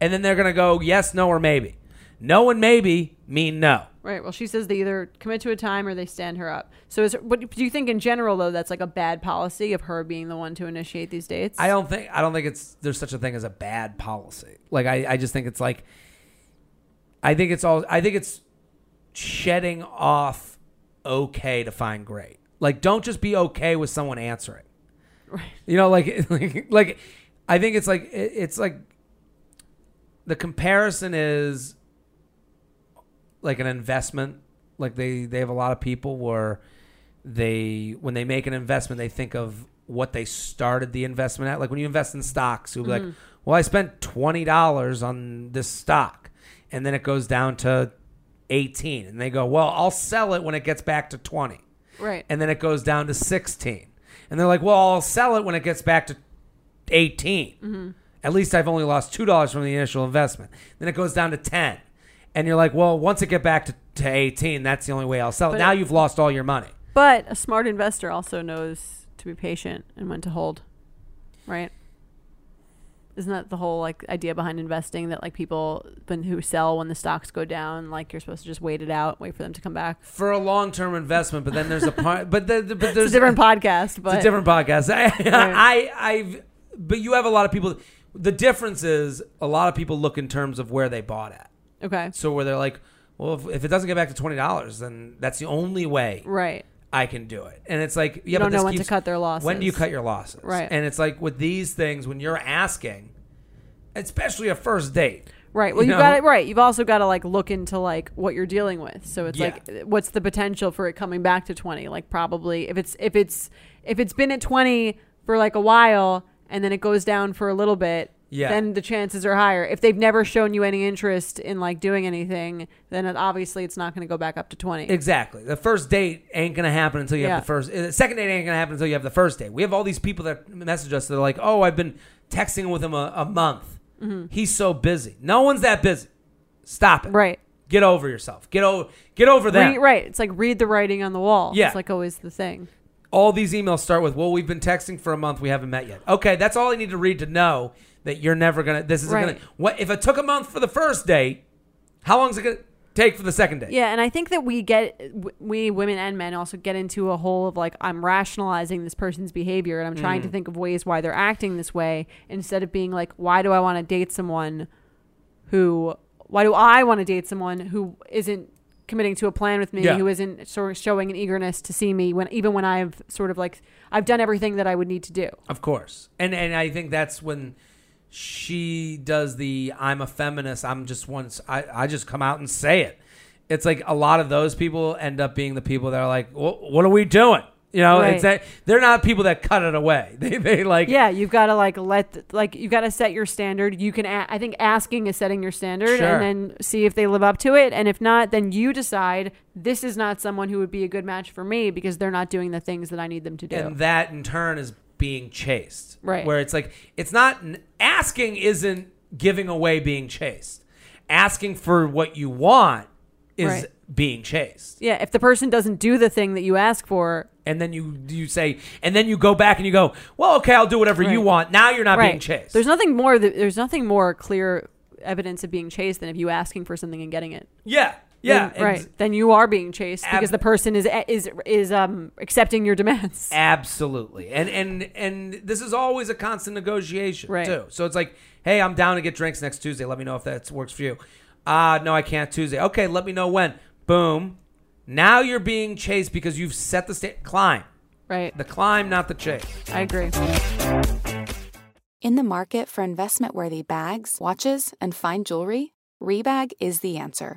B: and then they're gonna go yes, no, or maybe. No and maybe mean no.
A: right. Well, she says they either commit to a time or they stand her up. So is what do you think in general though that's like a bad policy of her being the one to initiate these dates?
B: I don't think I don't think it's there's such a thing as a bad policy. Like I, I just think it's like I think it's all I think it's shedding off okay to find great. Like don't just be okay with someone answering. Right. You know, like [laughs] like, like I think it's like it- it's like the comparison is like an investment. Like they they have a lot of people where they when they make an investment they think of what they started the investment at like when you invest in stocks you'll be like
A: Mm-hmm.
B: well i spent $20 on this stock and then it goes down to 18 and they go well i'll sell it when it gets back to 20
A: Right.
B: and then it goes down to 16 and they're like well i'll sell it when it gets back to 18
A: Mm-hmm.
B: at least i've only lost $2 from the initial investment then it goes down to 10 and you're like well once it get back to, to 18 that's the only way i'll sell it
A: But
B: now
A: it-
B: you've lost all your money
A: but a smart investor also knows to be patient and when to hold. Right? Isn't that the whole like idea behind investing that like people when who sell when the stocks go down like you're supposed to just wait it out, wait for them to come back?
B: for a long term investment, but then there's a part, but the, the- but there's
A: It's a different podcast, but
B: It's a different podcast. [laughs] I, I I've but you have a lot of people. The difference is a lot of people look in terms of where they bought at.
A: okay.
B: So where they're like, well, if, if it doesn't get back to twenty dollars, then that's the only way
A: Right.
B: I can do it. And it's like, yeah,
A: You
B: but
A: don't
B: this
A: know when to
B: keeps-
A: cut their losses.
B: When do you cut your losses?
A: Right.
B: And it's like with these things, when you're asking, especially a first date,
A: Right. Well,
B: you
A: you have got
B: know?
A: it right. You've also got to like look into like what you're dealing with. So it's
B: Yeah.
A: like what's the potential for it coming back to 20? Like probably if it's if it's if it's been at 20 for like a while and then it goes down for a little bit,
B: Yeah.
A: then the chances are higher. If they've never shown you any interest in like doing anything, then it, obviously it's not going to go back up to 20.
B: Exactly. The first date ain't gonna happen until you
A: Yeah.
B: have the first. uh, second date ain't gonna happen until you have the first date. We have all these people that message us. They're like, "Oh, I've been texting with him a, a month.
A: Mm-hmm.
B: He's so busy. No one's that busy. Stop it.
A: right.
B: Get over yourself. Get over. Get over that.
A: Re- right. It's like read the writing on the wall.
B: Yeah.
A: It's like always the thing.
B: All these emails start with, "Well, we've been texting for a month. We haven't met yet. Okay, that's all I need to read to know that you're never gonna. This isn't
A: Right.
B: gonna. What if it took a month for the first date? How long's it gonna take for the second date?
A: Yeah, and I think that we get w- we women and men also get into a hole of like I'm rationalizing this person's behavior and I'm trying to think of ways why they're acting this way instead of being like why do I want to date someone who why do I want to date someone who isn't committing to a plan with me
B: Yeah.
A: who isn't sort of showing an eagerness to see me when even when I've sort of like I've done everything that I would need to do.
B: Of course. And and I think that's when she does the I'm a feminist, I'm just once I, I just come out and say it. It's like a lot of those people end up being the people that are like, well, what are we doing? You know, it's
A: Right.
B: that they're not people that cut it away. [laughs] They they like
A: Yeah, you've got to like let th- like you've got to set your standard. You can a- I think asking is setting your standard,
B: Sure.
A: and then see if they live up to it. And if not, then you decide this is not someone who would be a good match for me because they're not doing the things that I need them to do.
B: and that in turn is being chased.
A: Right.
B: Where it's like it's not asking isn't giving away being chased. Asking for what you want is
A: Right.
B: being chased.
A: yeah, if the person doesn't do the thing that you ask for,
B: and then you you say and then you go back and you go well okay i'll do whatever you
A: Right.
B: want now you're not
A: right?
B: being chased
A: There's nothing more. That, there's nothing more clear evidence of being chased than if you asking for something and getting it.
B: yeah yeah
A: Then- right.
B: ex-
A: Then you are being chased
B: Ab-
A: because the person is eh, is is um accepting your demands.
B: absolutely and and and this is always a constant negotiation
A: Right.
B: too so it's like hey i'm down to get drinks next tuesday let me know if that works for you uh no i can't tuesday okay let me know when boom now you're being chased because you've set the sta- climb
A: right.
B: the climb not the chase
A: I agree.
D: In the market for investment worthy bags, watches, and fine jewelry, Rebag is the answer.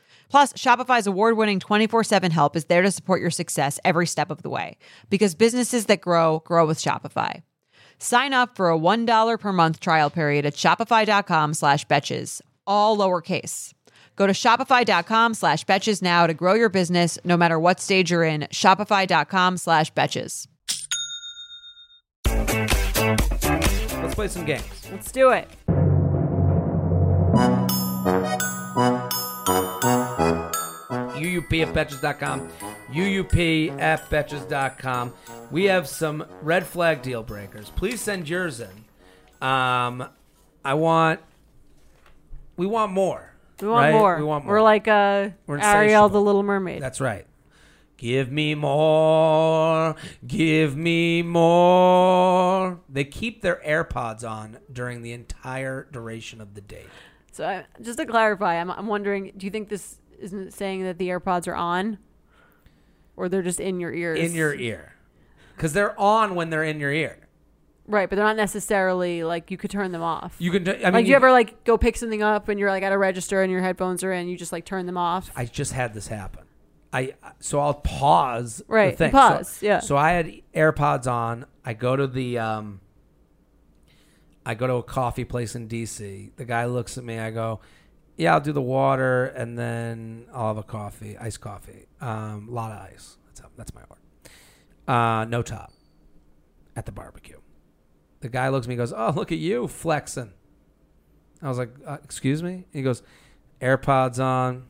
C: Plus, Shopify's award winning 24 7 help is there to support your success every step of the way. Because businesses that grow, grow with Shopify. Sign up for a $1 per month trial period at shopify.com slash betches, all lowercase. Go to shopify.com slash betches now to grow your business no matter what stage you're in. Shopify.com slash betches.
B: Let's play some games.
A: Let's do it.
B: UUP at Betches.com. UUP at Betches.com. We have some red flag deal breakers. Please send yours in. Um, I want. We want more.
A: We want
B: right?
A: more.
B: We want more.
A: are like uh,
B: We're
A: Ariel, the
B: insatiable.
A: Little Mermaid.
B: That's right. Give me more. Give me more. They keep their AirPods on during the entire duration of the date.
A: so I, just to clarify, I'm, I'm wondering, do you think this isn't saying that the AirPods are on, or they're just in your ears?
B: In your ear. Because they're on when they're in your ear.
A: right, but they're not necessarily like you could turn them off.
B: You can. t- I mean,
A: like, do you ever like go pick something up and you're like at a register and your headphones are in, you just like turn them off?
B: I just had this happen. I so I'll pause. the
A: Right, you
B: thing.
A: pause,
B: So,
A: yeah.
B: So I had AirPods on. I go to the um. I go to a coffee place in DC. The guy looks at me. I go, "Yeah, I'll do the water, and then I'll have a coffee, iced coffee, um, a lot of ice. That's how, that's my order. Uh, no top, at the barbecue. The guy looks at me. and Goes, "Oh, look at you flexing." I was like, uh, "Excuse me." He goes, "AirPods on."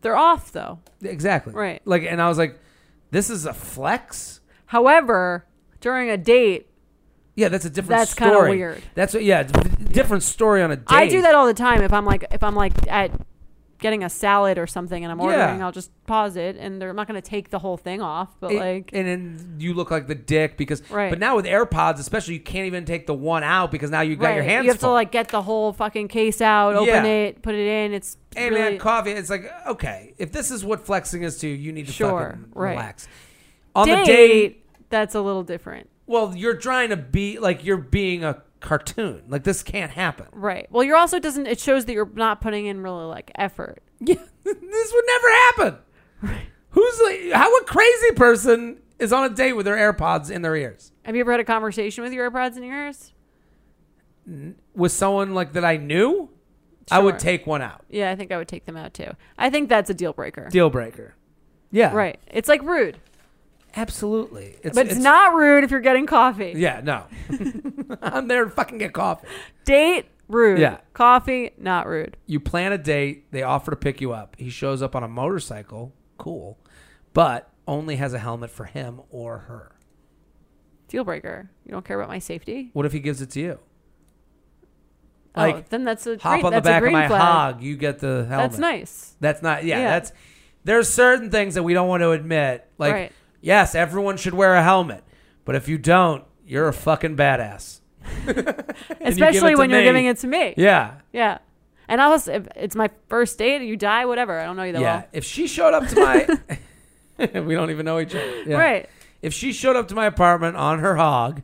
A: They're off though.
B: Exactly.
A: Right.
B: Like, and I was like, this is a flex.
A: However, during a date,
B: Yeah, that's a different.
A: That's
B: story.
A: kinda weird.
B: That's what, yeah, d- different story on a date.
A: I do that all the time. If I'm like, if I'm like at getting a salad or something and I'm
B: Yeah.
A: ordering, I'll just pause it, and they're I'm not going to take the whole thing off. But
B: It-
A: like,
B: and then you look like the dick because.
A: Right.
B: But now with AirPods, especially, you can't even take the one out because now you got your
A: Right.
B: hands.
A: You have
B: full.
A: to like get the whole fucking case out, open
B: Yeah.
A: it, put it in. It's
B: Hey
A: really
B: man, coffee. It's like okay, if this is what flexing is to, you, you need to
A: Sure,
B: fucking
A: right.
B: relax. On
A: date,
B: the date,
A: That's a little different,
B: well, you're trying to be like you're being a cartoon. Like this can't happen.
A: right? Well, you're also doesn't. It shows that you're not putting in really like effort.
B: Yeah, [laughs] this would never happen. Who's like, how a crazy person is on a date with their AirPods in their ears
A: Have you ever had a conversation with your AirPods in your ears?
B: with someone like that I knew? I
A: Sure.
B: would take one out.
A: Yeah, I think I would take them out too. I think that's a deal breaker.
B: Deal breaker. Yeah,
A: Right. It's like rude,
B: Absolutely. It's,
A: but it's, not rude if you're getting coffee.
B: Yeah,
A: [laughs]
B: no. [laughs] I'm there to fucking get coffee.
A: Date rude.
B: Yeah.
A: Coffee not rude.
B: You plan a date. They offer to pick you up. He shows up on a motorcycle. Cool, but only has a helmet for him or her.
A: Deal breaker. You don't care about my safety.
B: What if he gives it to you?
A: oh,
B: Like,
A: then that's a
B: Hop
A: green,
B: on the
A: that's a
B: back of
A: green
B: my
A: flag.
B: hog. You get the helmet.
A: That's nice.
B: That's not yeah,
A: Yeah.
B: that's there's certain things that we don't want to admit. Like
A: Right. [laughs]
B: yes, everyone should wear a helmet. But if you don't, you're a fucking badass.
A: especially
B: to
A: when you're
B: me.
A: giving it to me.
B: Yeah.
A: Yeah. And I was, if it's my first date, you die, whatever. I don't know you that
B: yeah.
A: well.
B: If she showed up to my,
A: [laughs]
B: [laughs] we don't even know each other. Yeah.
A: Right.
B: If she showed up to my apartment on her
A: [laughs]
B: hog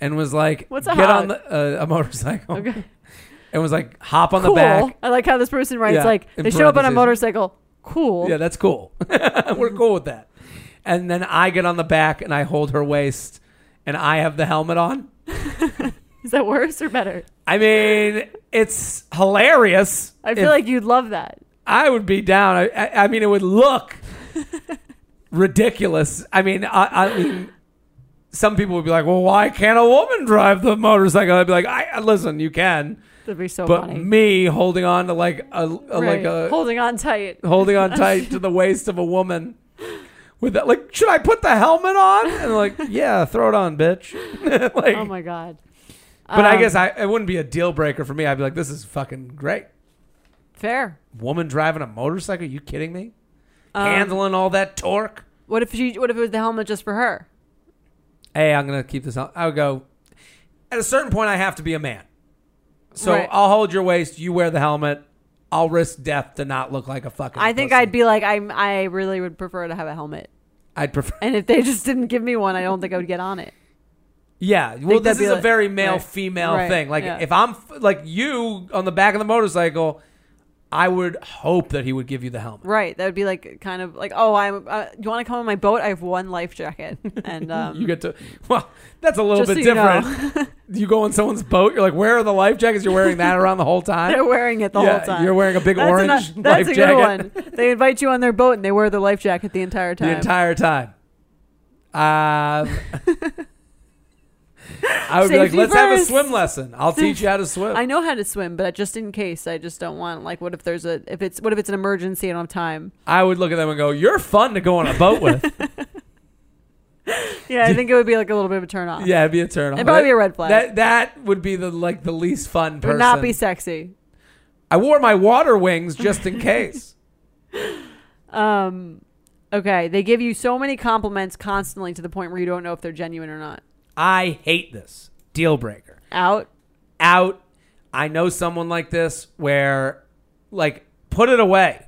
B: and was like,
A: What's a
B: get
A: hog?"
B: on the, uh, a motorcycle
A: Okay.
B: and was like, hop on
A: [laughs] Cool.
B: the back.
A: I like how this person writes,
B: Yeah,
A: like,
B: in
A: they show up on a
B: parentheses.
A: motorcycle. Cool.
B: Yeah, that's cool. [laughs] We're cool with that. And then I get on the back and I hold her waist and I have the helmet on.
A: Is that worse or better?
B: I mean, it's hilarious.
A: I feel
B: If-
A: like you'd love that.
B: I would be down. I, I, I mean, it would
A: [laughs]
B: look ridiculous. I mean, I, I mean, some people would be like, "Well, why can't a woman drive the motorcycle?" I'd be like, "I I- listen, you can,
A: That'd be so
B: but
A: funny.
B: me holding on to like a, a like uh,
A: Right.
B: a
A: holding on tight.
B: [laughs] holding
A: [laughs]
B: on tight to the waist of a woman." With that, like, should I put the helmet on? And like, yeah, throw it on, bitch. [laughs] like,
A: Oh my god.
B: but I
A: Um,
B: guess I it wouldn't be a deal breaker for me. I'd be like, this is fucking great.
A: fair.
B: Woman driving a motorcycle? you kidding me?
A: Um,
B: handling all that torque.
A: What if she? What if it was the helmet just for her?
B: Hey, I'm gonna keep this on. I'll go. At a certain point, I have to be a man. So
A: Right.
B: I'll hold your waist. You wear the helmet. I'll risk death to not look like a fucking.
A: I think
B: pussy.
A: I'd be like, I am I really would prefer to have a helmet.
B: I'd prefer.
A: And if they [laughs] just didn't give me one, I don't think I would get on it.
B: Yeah. Well,
A: that'd
B: this
A: be
B: is a
A: like-
B: very male
A: right.
B: female
A: Right.
B: thing. Like
A: Yeah.
B: if I'm f- like you on the back of the motorcycle, I would hope that he would give you the helmet.
A: Right? That would be like kind of like, oh, I'm. Uh, you want to come on my boat? I have one life jacket, and um,
B: You get to. Well, that's a little
A: Just
B: bit
A: so you know.
B: different.
A: [laughs]
B: you go on someone's boat. You're like, where are the life jackets? You're wearing that around the whole time.
A: [laughs] they're wearing it the
B: yeah,
A: whole time.
B: You're wearing a big
A: That's
B: orange
A: ano-
B: life
A: that's a
B: jacket.
A: good one. They invite you on their boat, and they wear the life jacket the entire time.
B: The entire
A: [laughs]
B: time. Um, [laughs] I would be like,
A: Safety
B: let's have a
A: first."
B: swim lesson. I'll teach you how
A: [laughs]
B: to swim.
A: I know how to swim, but just in case, I just don't want like what if there's a if it's what if it's an emergency? I don't have time.
B: I would look at them and go, you're fun to go on a boat with.
A: Yeah, I think it would be like a little bit of a turn off.
B: yeah, it'd be a turn off.
A: It'd probably be a red flag.
B: That that would be the like the least fun
A: It would
B: person.
A: not be sexy.
B: I wore my water wings just in
A: [laughs]
B: case.
A: Um, okay, they give you so many compliments constantly to the point where you don't know if they're genuine or not.
B: I hate this. Deal breaker.
A: Out.
B: out. I know someone like this where, like, put it away.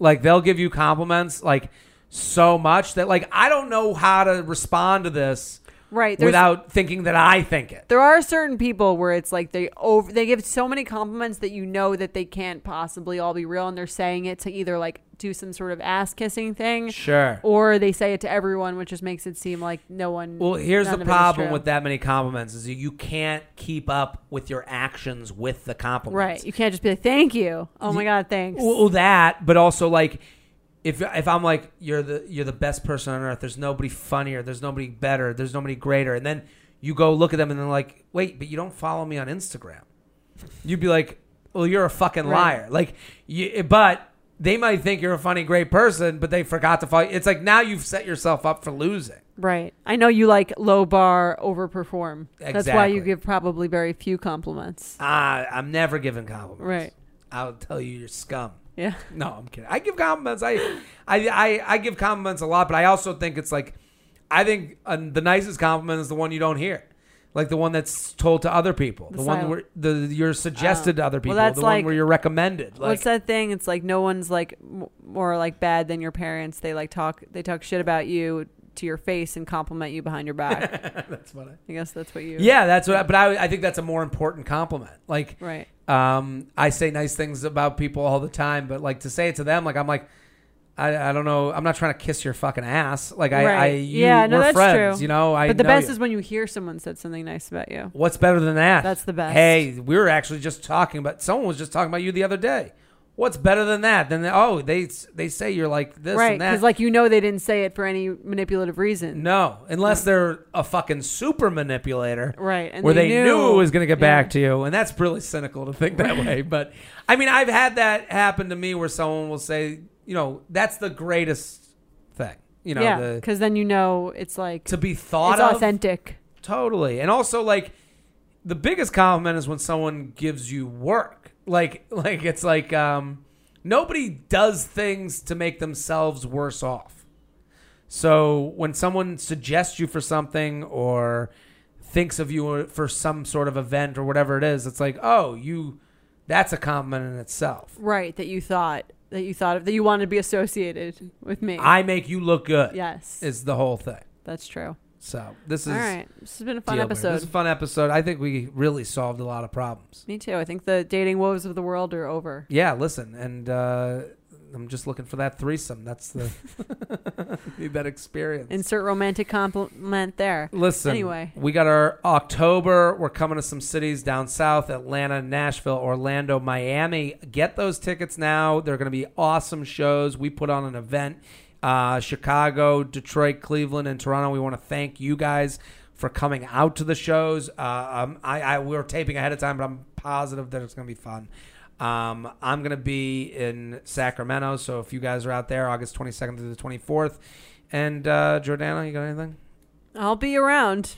B: Like, they'll give you compliments, like, so much that, like, I don't know how to respond to this
A: Right. There's,
B: without thinking that I think it.
A: there are certain people where it's like they over they give so many compliments that you know that they can't possibly all be real, and they're saying it to either like do some sort of ass kissing thing,
B: Sure.
A: or they say it to everyone, which just makes it seem like no one.
B: Well, here's
A: none
B: the
A: of it is
B: problem
A: true.
B: with that many compliments is that you can't keep up with your actions with the compliments.
A: Right. You can't just be like, "Thank you." Oh my god, thanks.
B: Well, that, but also like, if if I'm like you're the you're the best person on earth. There's nobody funnier. There's nobody better. There's nobody greater. And then you go look at them and they're like, wait, but you don't follow me on Instagram. You'd be like, well, you're a fucking
A: Right.
B: liar. Like, you, but they might think you're a funny, great person, but they forgot to follow. you. It's like now you've set yourself up for losing.
A: Right. I know you like low bar overperform. That's why
B: Exactly.
A: you give probably very few compliments.
B: Ah, I'm never giving compliments.
A: Right.
B: I'll tell you, you're scum.
A: Yeah.
B: No, I'm kidding. I give compliments. I, I, I, I give compliments a lot, but I also think it's like, I think uh, the nicest compliment is the one you don't hear, like the one that's told to other people, the, one
A: silent- Oh.
B: where the you're suggested to other people,
A: that's
B: the one
A: like-
B: where you're recommended. Like,
A: What's that thing? It's like no one's like m- more like bad than your parents. They like talk they talk shit about you to your face and compliment you behind
B: [laughs]
A: your back.
B: That's what I,
A: I guess that's what you
B: yeah, that's what. I, but I, I think that's a more important compliment. Like,
A: Right.
B: um, I say nice things about people all the time, but like to say it to them, like I'm like. I, I don't know. I'm not trying to kiss your fucking ass. Like I, I
A: Right.
B: you,
A: Yeah, no,
B: we're
A: that's
B: friends.
A: true.
B: You know, I.
A: but the
B: know
A: best
B: you.
A: is when you hear someone said something nice about you.
B: What's better than that?
A: That's the best.
B: Hey, we were actually just talking about. Someone was just talking about you the other day. What's better than that? Then they- oh, they they say you're like this
A: right.
B: and that.
A: Because like you know they didn't say it for any manipulative reason.
B: no, unless they're a fucking super manipulator,
A: Right, and
B: where
A: they
B: they, knew,
A: knew.
B: it was going to get
A: Yeah.
B: back to you, and that's really cynical to think that way. But I mean, I've had that happen to me where someone will say, you know, that's the greatest thing, you know,
A: yeah.
B: the,
A: Because then you know it's like
B: to be
A: it's
B: thought of.
A: authentic.
B: Totally. And also like the biggest compliment is when someone gives you work. Like [laughs] like it's like um nobody does things to make themselves worse off. So when someone suggests you for something or thinks of you for some sort of event or whatever it is, it's like, oh, you, that's a compliment in itself.
A: Right, that you thought that you thought of that you wanted to be associated with me.
B: I make you look good.
A: yes,
B: Is the whole thing.
A: that's true.
B: So this is
A: All right, this has been a fun
B: deal breaker.
A: episode.
B: This is a fun episode. I think we really solved a lot of problems.
A: me too. I think the dating woes of the world are over.
B: Yeah, listen, and uh, I'm just looking for that threesome. That's the [laughs] need that experience.
A: Insert romantic compliment there.
B: Listen,
A: Anyway.
B: we got our October. We're coming to some cities down south Atlanta, Nashville, Orlando, Miami. Get those tickets now. They're going to be awesome shows. We put on an event uh, Chicago, Detroit, Cleveland, and Toronto. We want to thank you guys for coming out to the shows. Uh, um, I, I we We're taping ahead of time, but I'm positive that it's going to be fun. Um, I'm going to be in Sacramento. So if you guys are out there, August 22nd through the 24th. And uh, Jordana, you got anything?
A: I'll be around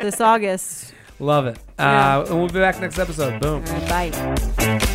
A: this August.
B: Love it. Uh,
A: Yeah.
B: and we'll be back next episode. Boom.
A: All right, bye.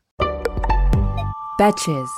E: Betches.